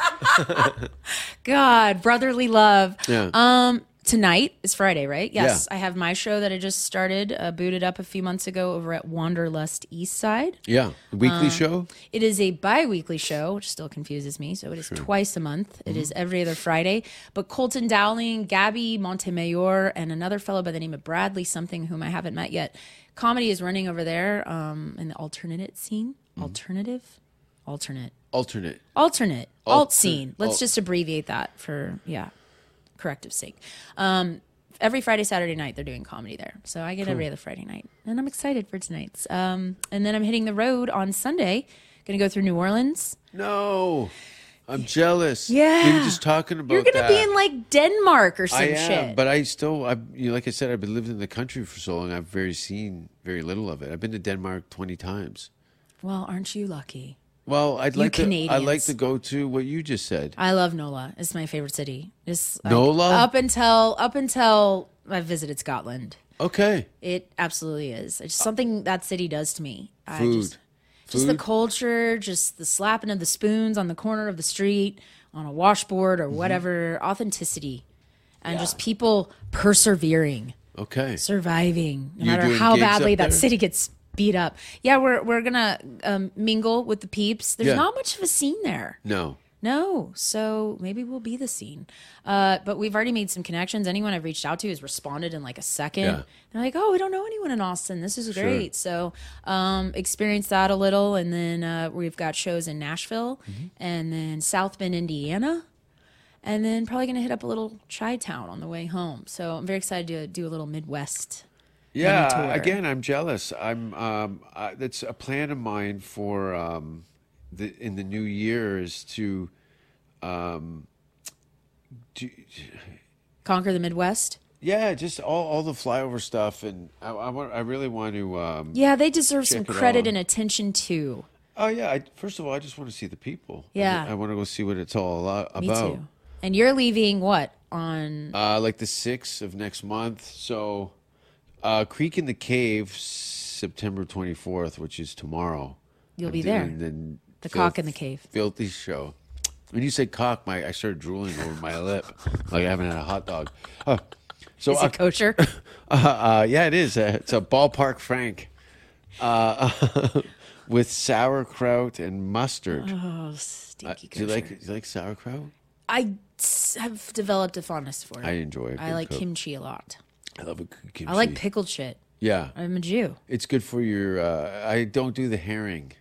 [SPEAKER 6] God, brotherly love.
[SPEAKER 5] Yeah.
[SPEAKER 6] Um, tonight is Friday, right? Yes,
[SPEAKER 5] Yeah.
[SPEAKER 6] I have my show that I just started, uh, booted up a few months ago over at Wanderlust East Side.
[SPEAKER 5] yeah. the
[SPEAKER 6] um,
[SPEAKER 5] Weekly show?
[SPEAKER 6] It is a bi-weekly show, which still confuses me. So it is twice a month. It is every other Friday. But Colton Dowling, Gabby Montemayor, and another fellow by the name of Bradley something, whom I haven't met yet. Comedy is running over there um, in the alternate scene. Alternative? Alternate
[SPEAKER 5] Alternate.
[SPEAKER 6] alternate
[SPEAKER 5] Alter-
[SPEAKER 6] alt scene let's
[SPEAKER 5] alt-
[SPEAKER 6] just abbreviate that for yeah corrective sake um every friday saturday night they're doing comedy there so i get every other friday night and i'm excited for tonight's um and then i'm hitting the road on sunday gonna go through new orleans
[SPEAKER 5] No. I'm jealous. We were
[SPEAKER 6] Yeah.
[SPEAKER 5] just talking about
[SPEAKER 6] you're gonna
[SPEAKER 5] that.
[SPEAKER 6] be in like denmark or some
[SPEAKER 5] I am,
[SPEAKER 6] shit
[SPEAKER 5] but I still, I you know, like I said, I've been living in the country for so long. I've very seen very little of it. I've been to Denmark twenty times.
[SPEAKER 6] well aren't you lucky
[SPEAKER 5] Well, I'd
[SPEAKER 6] You
[SPEAKER 5] like to. I like
[SPEAKER 6] Canadians.
[SPEAKER 5] to go to what you just said.
[SPEAKER 6] I love NOLA. It's my favorite city. It's like,
[SPEAKER 5] NOLA?
[SPEAKER 6] up until up until I visited Scotland.
[SPEAKER 5] Okay,
[SPEAKER 6] It absolutely is. It's just something that city does to me. I
[SPEAKER 5] Uh, Food.
[SPEAKER 6] just, just the
[SPEAKER 5] Food?
[SPEAKER 6] culture, just the slapping of the spoons on the corner of the street, on a washboard
[SPEAKER 5] Mm-hmm.
[SPEAKER 6] or whatever, authenticity, and just people persevering,
[SPEAKER 5] okay.
[SPEAKER 6] surviving, no
[SPEAKER 5] You
[SPEAKER 6] matter
[SPEAKER 5] doing
[SPEAKER 6] how
[SPEAKER 5] gigs up
[SPEAKER 6] badly that
[SPEAKER 5] there?
[SPEAKER 6] city gets beat up. Yeah, we're we're gonna um, mingle with the peeps. There's
[SPEAKER 5] Yeah.
[SPEAKER 6] not much of a scene there.
[SPEAKER 5] No,
[SPEAKER 6] No, so maybe we'll be the scene. Uh, but we've already made some connections. Anyone I've reached out to has responded in like a second.
[SPEAKER 5] Yeah.
[SPEAKER 6] They're like, "Oh, we don't know anyone in Austin. This is great." So um, experience that a little, and then uh, we've got shows in Nashville,
[SPEAKER 5] Mm-hmm.
[SPEAKER 6] and then South Bend, Indiana, and then probably gonna hit up a little Chi Town on the way home. So I'm very excited to do a little Midwest.
[SPEAKER 5] yeah.
[SPEAKER 6] tour.
[SPEAKER 5] Again, I'm jealous. I'm. Um, I, that's a plan of mine for um, the in the new year is to um, do,
[SPEAKER 6] Conquer the Midwest.
[SPEAKER 5] Yeah, just all, all the flyover stuff, and I, I want I really want to. Um,
[SPEAKER 6] Yeah, they deserve some
[SPEAKER 5] Check it
[SPEAKER 6] credit
[SPEAKER 5] out.
[SPEAKER 6] and attention too.
[SPEAKER 5] Oh yeah, I, first of all, I just want to see the people. I-
[SPEAKER 6] Yeah.
[SPEAKER 5] I, want to go see what it's all a-
[SPEAKER 6] Me
[SPEAKER 5] about.
[SPEAKER 6] too. And you're leaving what on
[SPEAKER 5] Uh, like the sixth of next month. So, uh, Creek in the Cave, September twenty fourth, which is tomorrow.
[SPEAKER 6] You'll be there.
[SPEAKER 5] doing
[SPEAKER 6] The cock in the cave.
[SPEAKER 5] Filthy show. When you said cock, my I started drooling over my lip, like I haven't had a hot dog. Uh, so
[SPEAKER 6] Is
[SPEAKER 5] uh,
[SPEAKER 6] it kosher?
[SPEAKER 5] Uh, uh, yeah, it is. Uh, it's a ballpark Frank uh, with sauerkraut and mustard.
[SPEAKER 6] oh, stinky
[SPEAKER 5] do you
[SPEAKER 6] kosher.
[SPEAKER 5] like do you like sauerkraut?
[SPEAKER 6] I s- have developed a fondness for it.
[SPEAKER 5] I enjoy it.
[SPEAKER 6] I like kimchi a lot.
[SPEAKER 5] I love a good kimchi.
[SPEAKER 6] I like pickled shit.
[SPEAKER 5] Yeah,
[SPEAKER 6] I'm a Jew.
[SPEAKER 5] it's good for your. Uh, I don't do the herring.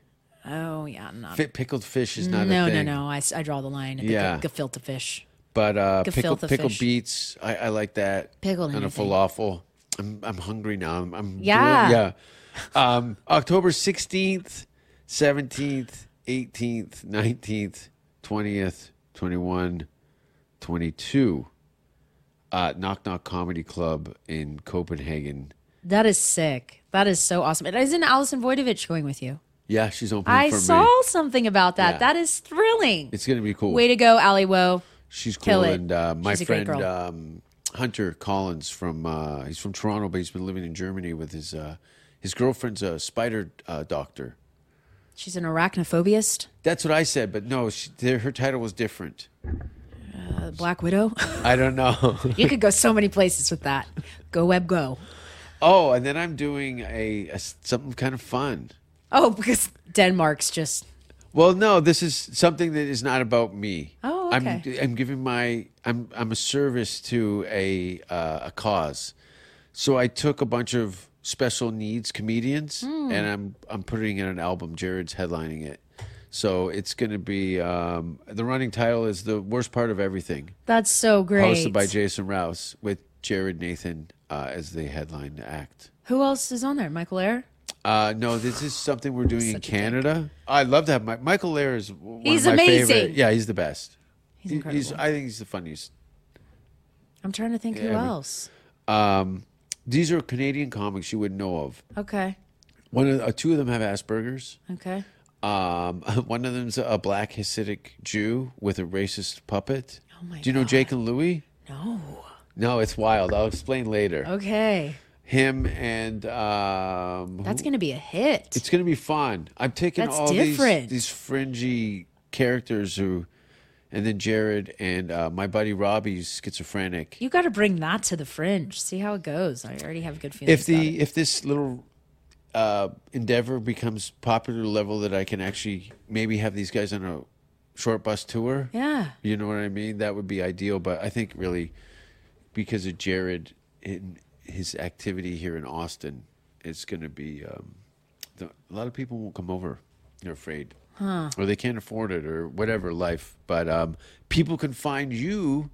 [SPEAKER 6] Oh yeah, I'm not.
[SPEAKER 5] Fit pickled fish is not
[SPEAKER 6] no,
[SPEAKER 5] a
[SPEAKER 6] no,
[SPEAKER 5] thing.
[SPEAKER 6] no. I, s- I draw the line at
[SPEAKER 5] Yeah.
[SPEAKER 6] the ge- gefilte fish.
[SPEAKER 5] But uh, pickled
[SPEAKER 6] Gefilte
[SPEAKER 5] pickled
[SPEAKER 6] fish.
[SPEAKER 5] beets, I, I like that.
[SPEAKER 6] Pickled
[SPEAKER 5] and a
[SPEAKER 6] anything.
[SPEAKER 5] falafel. I'm I'm hungry now. I'm, I'm
[SPEAKER 6] Yeah.
[SPEAKER 5] drooling. yeah. Um, October sixteenth, seventeenth, eighteenth, nineteenth, twentieth, twenty one, twenty two. Uh, Knock Knock Comedy Club in Copenhagen.
[SPEAKER 6] That is sick. That is so awesome. And isn't Allison Voidovich going with you?
[SPEAKER 5] Yeah, she's opening
[SPEAKER 6] I
[SPEAKER 5] for
[SPEAKER 6] saw
[SPEAKER 5] me.
[SPEAKER 6] something about that.
[SPEAKER 5] Yeah.
[SPEAKER 6] That is thrilling.
[SPEAKER 5] It's gonna be cool.
[SPEAKER 6] Way to go, Ali Woe.
[SPEAKER 5] She's
[SPEAKER 6] Kill
[SPEAKER 5] cool,
[SPEAKER 6] it.
[SPEAKER 5] and uh, my
[SPEAKER 6] She's a great
[SPEAKER 5] friend
[SPEAKER 6] girl.
[SPEAKER 5] um, Hunter Collins from uh, he's from Toronto, but he's been living in Germany with his uh, his girlfriend's a spider uh, doctor.
[SPEAKER 6] She's an arachnophobiast.
[SPEAKER 5] That's what I said, but no, she, there- her title was different.
[SPEAKER 6] A black widow.
[SPEAKER 5] I don't know.
[SPEAKER 6] you could go so many places with that. Go web go.
[SPEAKER 5] oh, and then I'm doing a, a s- something kind of fun.
[SPEAKER 6] Oh, because Denmark's just
[SPEAKER 5] Well, no, this is something that is not about me.
[SPEAKER 6] Oh,
[SPEAKER 5] I'm
[SPEAKER 6] okay.
[SPEAKER 5] I'm giving my I'm I'm a service to a uh, a cause. So I took a bunch of special needs comedians
[SPEAKER 6] Hmm.
[SPEAKER 5] and I'm I'm putting in an album. Jared's headlining it. So it's going to be um, the running title is the worst part of everything,
[SPEAKER 6] that's so great.
[SPEAKER 5] hosted by Jason Rouse with Jared Nathan uh, as the headline act.
[SPEAKER 6] Who else is on there? Michael Air.
[SPEAKER 5] Uh, no, this is something we're doing in
[SPEAKER 6] Such a dick.
[SPEAKER 5] Canada. I'd love to have my, Michael Lair is one
[SPEAKER 6] He's
[SPEAKER 5] of my favorite.
[SPEAKER 6] amazing.
[SPEAKER 5] Yeah, he's the best.
[SPEAKER 6] He's
[SPEAKER 5] He-
[SPEAKER 6] incredible.
[SPEAKER 5] I think he's the funniest.
[SPEAKER 6] I'm trying to think who
[SPEAKER 5] Yeah, I mean-
[SPEAKER 6] else.
[SPEAKER 5] Um, these are Canadian comics you wouldn't know of.
[SPEAKER 6] Okay.
[SPEAKER 5] One of uh, two of them have Asperger's.
[SPEAKER 6] Okay.
[SPEAKER 5] Um, one of them's a black Hasidic Jew with a racist puppet.
[SPEAKER 6] Oh my
[SPEAKER 5] Do you know
[SPEAKER 6] God.
[SPEAKER 5] Jake and Louie?
[SPEAKER 6] No.
[SPEAKER 5] No, it's wild. I'll explain later.
[SPEAKER 6] Oh. Okay.
[SPEAKER 5] Him and um, who-
[SPEAKER 6] That's gonna be a hit.
[SPEAKER 5] It's gonna be fun. I'm taking
[SPEAKER 6] That's
[SPEAKER 5] all
[SPEAKER 6] different.
[SPEAKER 5] these these fringy characters who, and then Jared and uh, my buddy Robbie's schizophrenic.
[SPEAKER 6] you got to bring that to the fringe. See how it goes. I already have good feelings.
[SPEAKER 5] if the if this little uh, endeavor becomes popular level that I can actually maybe have these guys on a short bus tour.
[SPEAKER 6] Yeah.
[SPEAKER 5] You know what I mean? That would be ideal. But I think really because of Jared and his activity here in Austin, it's going to be um, the, a lot of people won't come over. They're afraid, or they can't afford it, or whatever life. But um, people can find you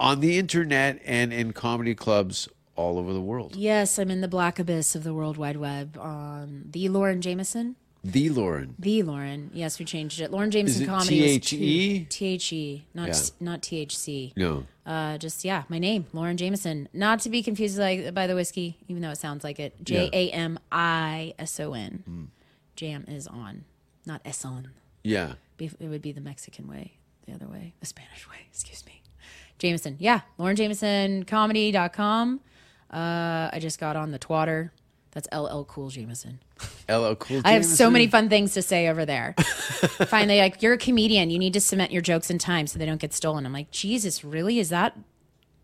[SPEAKER 5] on the internet and in comedy clubs all over the world.
[SPEAKER 6] yes, I'm in the black abyss of the World Wide Web. Um, the Lauren Jameson.
[SPEAKER 5] The Lauren.
[SPEAKER 6] The Lauren. Yes, we changed it. Lauren Jameson
[SPEAKER 5] it
[SPEAKER 6] comedy. was two-
[SPEAKER 5] THE?
[SPEAKER 6] THE, not
[SPEAKER 5] Yeah.
[SPEAKER 6] not THC.
[SPEAKER 5] No.
[SPEAKER 6] Uh, just yeah, my name, Lauren Jameson. Not to be confused like by the whiskey, even though it sounds like it. J A M I S O N. Jam is on, not S on.
[SPEAKER 5] Yeah.
[SPEAKER 6] Be- It would be the Mexican way, the other way, the Spanish way, excuse me. Jameson. Yeah. LaurenJamesonComedy.com. Uh, I just got on the twatter. That's LL Cool Jameson.
[SPEAKER 5] LL Cool.
[SPEAKER 6] I have so
[SPEAKER 5] Jameson.
[SPEAKER 6] many fun things to say over there. Finally, like you're a comedian, you need to cement your jokes in time so they don't get stolen. I'm like, Jesus, really? Is that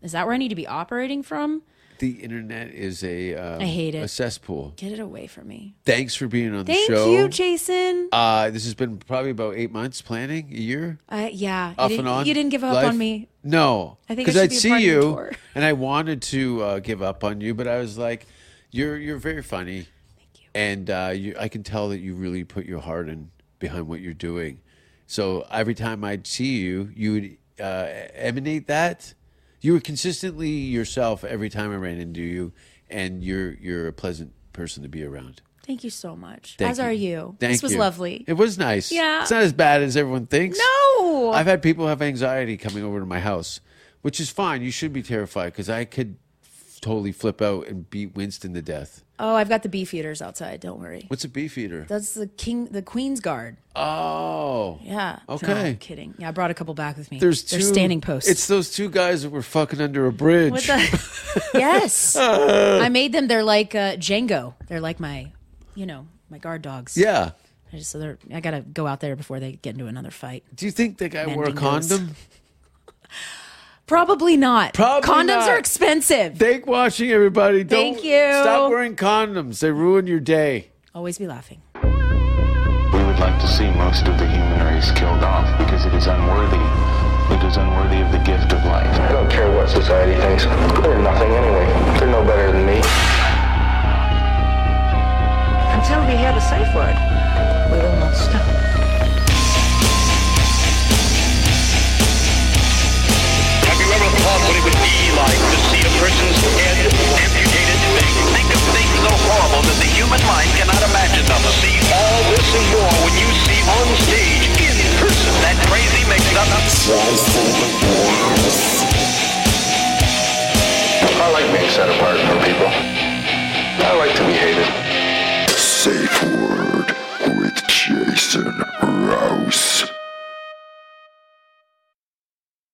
[SPEAKER 6] is that where I need to be operating from?
[SPEAKER 5] The internet is a um,
[SPEAKER 6] I hate
[SPEAKER 5] a
[SPEAKER 6] it.
[SPEAKER 5] cesspool.
[SPEAKER 6] Get it away from me.
[SPEAKER 5] Thanks for being on
[SPEAKER 6] Thank
[SPEAKER 5] the show.
[SPEAKER 6] you, Jason.
[SPEAKER 5] uh, this has been probably about eight months planning a year.
[SPEAKER 6] Uh, yeah, you
[SPEAKER 5] off
[SPEAKER 6] didn't,
[SPEAKER 5] and on.
[SPEAKER 6] you didn't give up
[SPEAKER 5] life?
[SPEAKER 6] on me.
[SPEAKER 5] No,
[SPEAKER 6] I think I
[SPEAKER 5] because
[SPEAKER 6] should
[SPEAKER 5] I'd
[SPEAKER 6] be a
[SPEAKER 5] see
[SPEAKER 6] part of the
[SPEAKER 5] you,
[SPEAKER 6] tour.
[SPEAKER 5] and I wanted to uh, give up on you, but I was like, "You're you're very funny,
[SPEAKER 6] Thank you.
[SPEAKER 5] and uh, you, I can tell that you really put your heart in behind what you're doing." So every time I'd see you, you would uh, emanate that. You were consistently yourself every time I ran into you, and you're you're a pleasant person to be around.
[SPEAKER 6] Thank you so much.
[SPEAKER 5] Thank
[SPEAKER 6] As are you.
[SPEAKER 5] Thank
[SPEAKER 6] this was
[SPEAKER 5] you.
[SPEAKER 6] lovely.
[SPEAKER 5] It was nice.
[SPEAKER 6] Yeah.
[SPEAKER 5] It's not as bad as everyone thinks.
[SPEAKER 6] No.
[SPEAKER 5] I've had people have anxiety coming over to my house, which is fine. You should be terrified because I could f- totally flip out and beat Winston to death.
[SPEAKER 6] oh, I've got the beef eaters outside. Don't worry.
[SPEAKER 5] What's a beefeater?
[SPEAKER 6] That's the king, the Queen's Guard.
[SPEAKER 5] Oh.
[SPEAKER 6] Yeah.
[SPEAKER 5] Okay.
[SPEAKER 6] No, kidding. Yeah, I brought a couple back with me.
[SPEAKER 5] There's
[SPEAKER 6] They're
[SPEAKER 5] two
[SPEAKER 6] standing posts.
[SPEAKER 5] It's those two guys that were fucking under a bridge.
[SPEAKER 6] What the? yes. I made them. They're like uh, Django. They're like my, you know, my guard dogs.
[SPEAKER 5] yeah.
[SPEAKER 6] I just, so they're, I gotta go out there before they get into another fight.
[SPEAKER 5] Do you think that guy wore a
[SPEAKER 6] Mending those.
[SPEAKER 5] condom?
[SPEAKER 6] Probably not.
[SPEAKER 5] Probably
[SPEAKER 6] Condoms
[SPEAKER 5] not.
[SPEAKER 6] are expensive.
[SPEAKER 5] Thank watching everybody. Don't
[SPEAKER 6] Thank you.
[SPEAKER 5] Stop wearing condoms. They ruin your day.
[SPEAKER 6] Always be laughing.
[SPEAKER 1] We would like to see most of the human race killed off because it is unworthy. It is unworthy of the gift of life.
[SPEAKER 2] I don't care what society thinks. They're nothing anyway. They're no better than me.
[SPEAKER 3] Until we hear the safe word, we will not stop.
[SPEAKER 4] Have you ever thought what it would be like to see a person's head amputated? Think of things so horrible that the human mind cannot imagine them. See all this and more when you see on stage, in person, that crazy mix-up.
[SPEAKER 2] I like being set apart from people. I like to be hated.
[SPEAKER 7] Safe Word with Jason Rouse.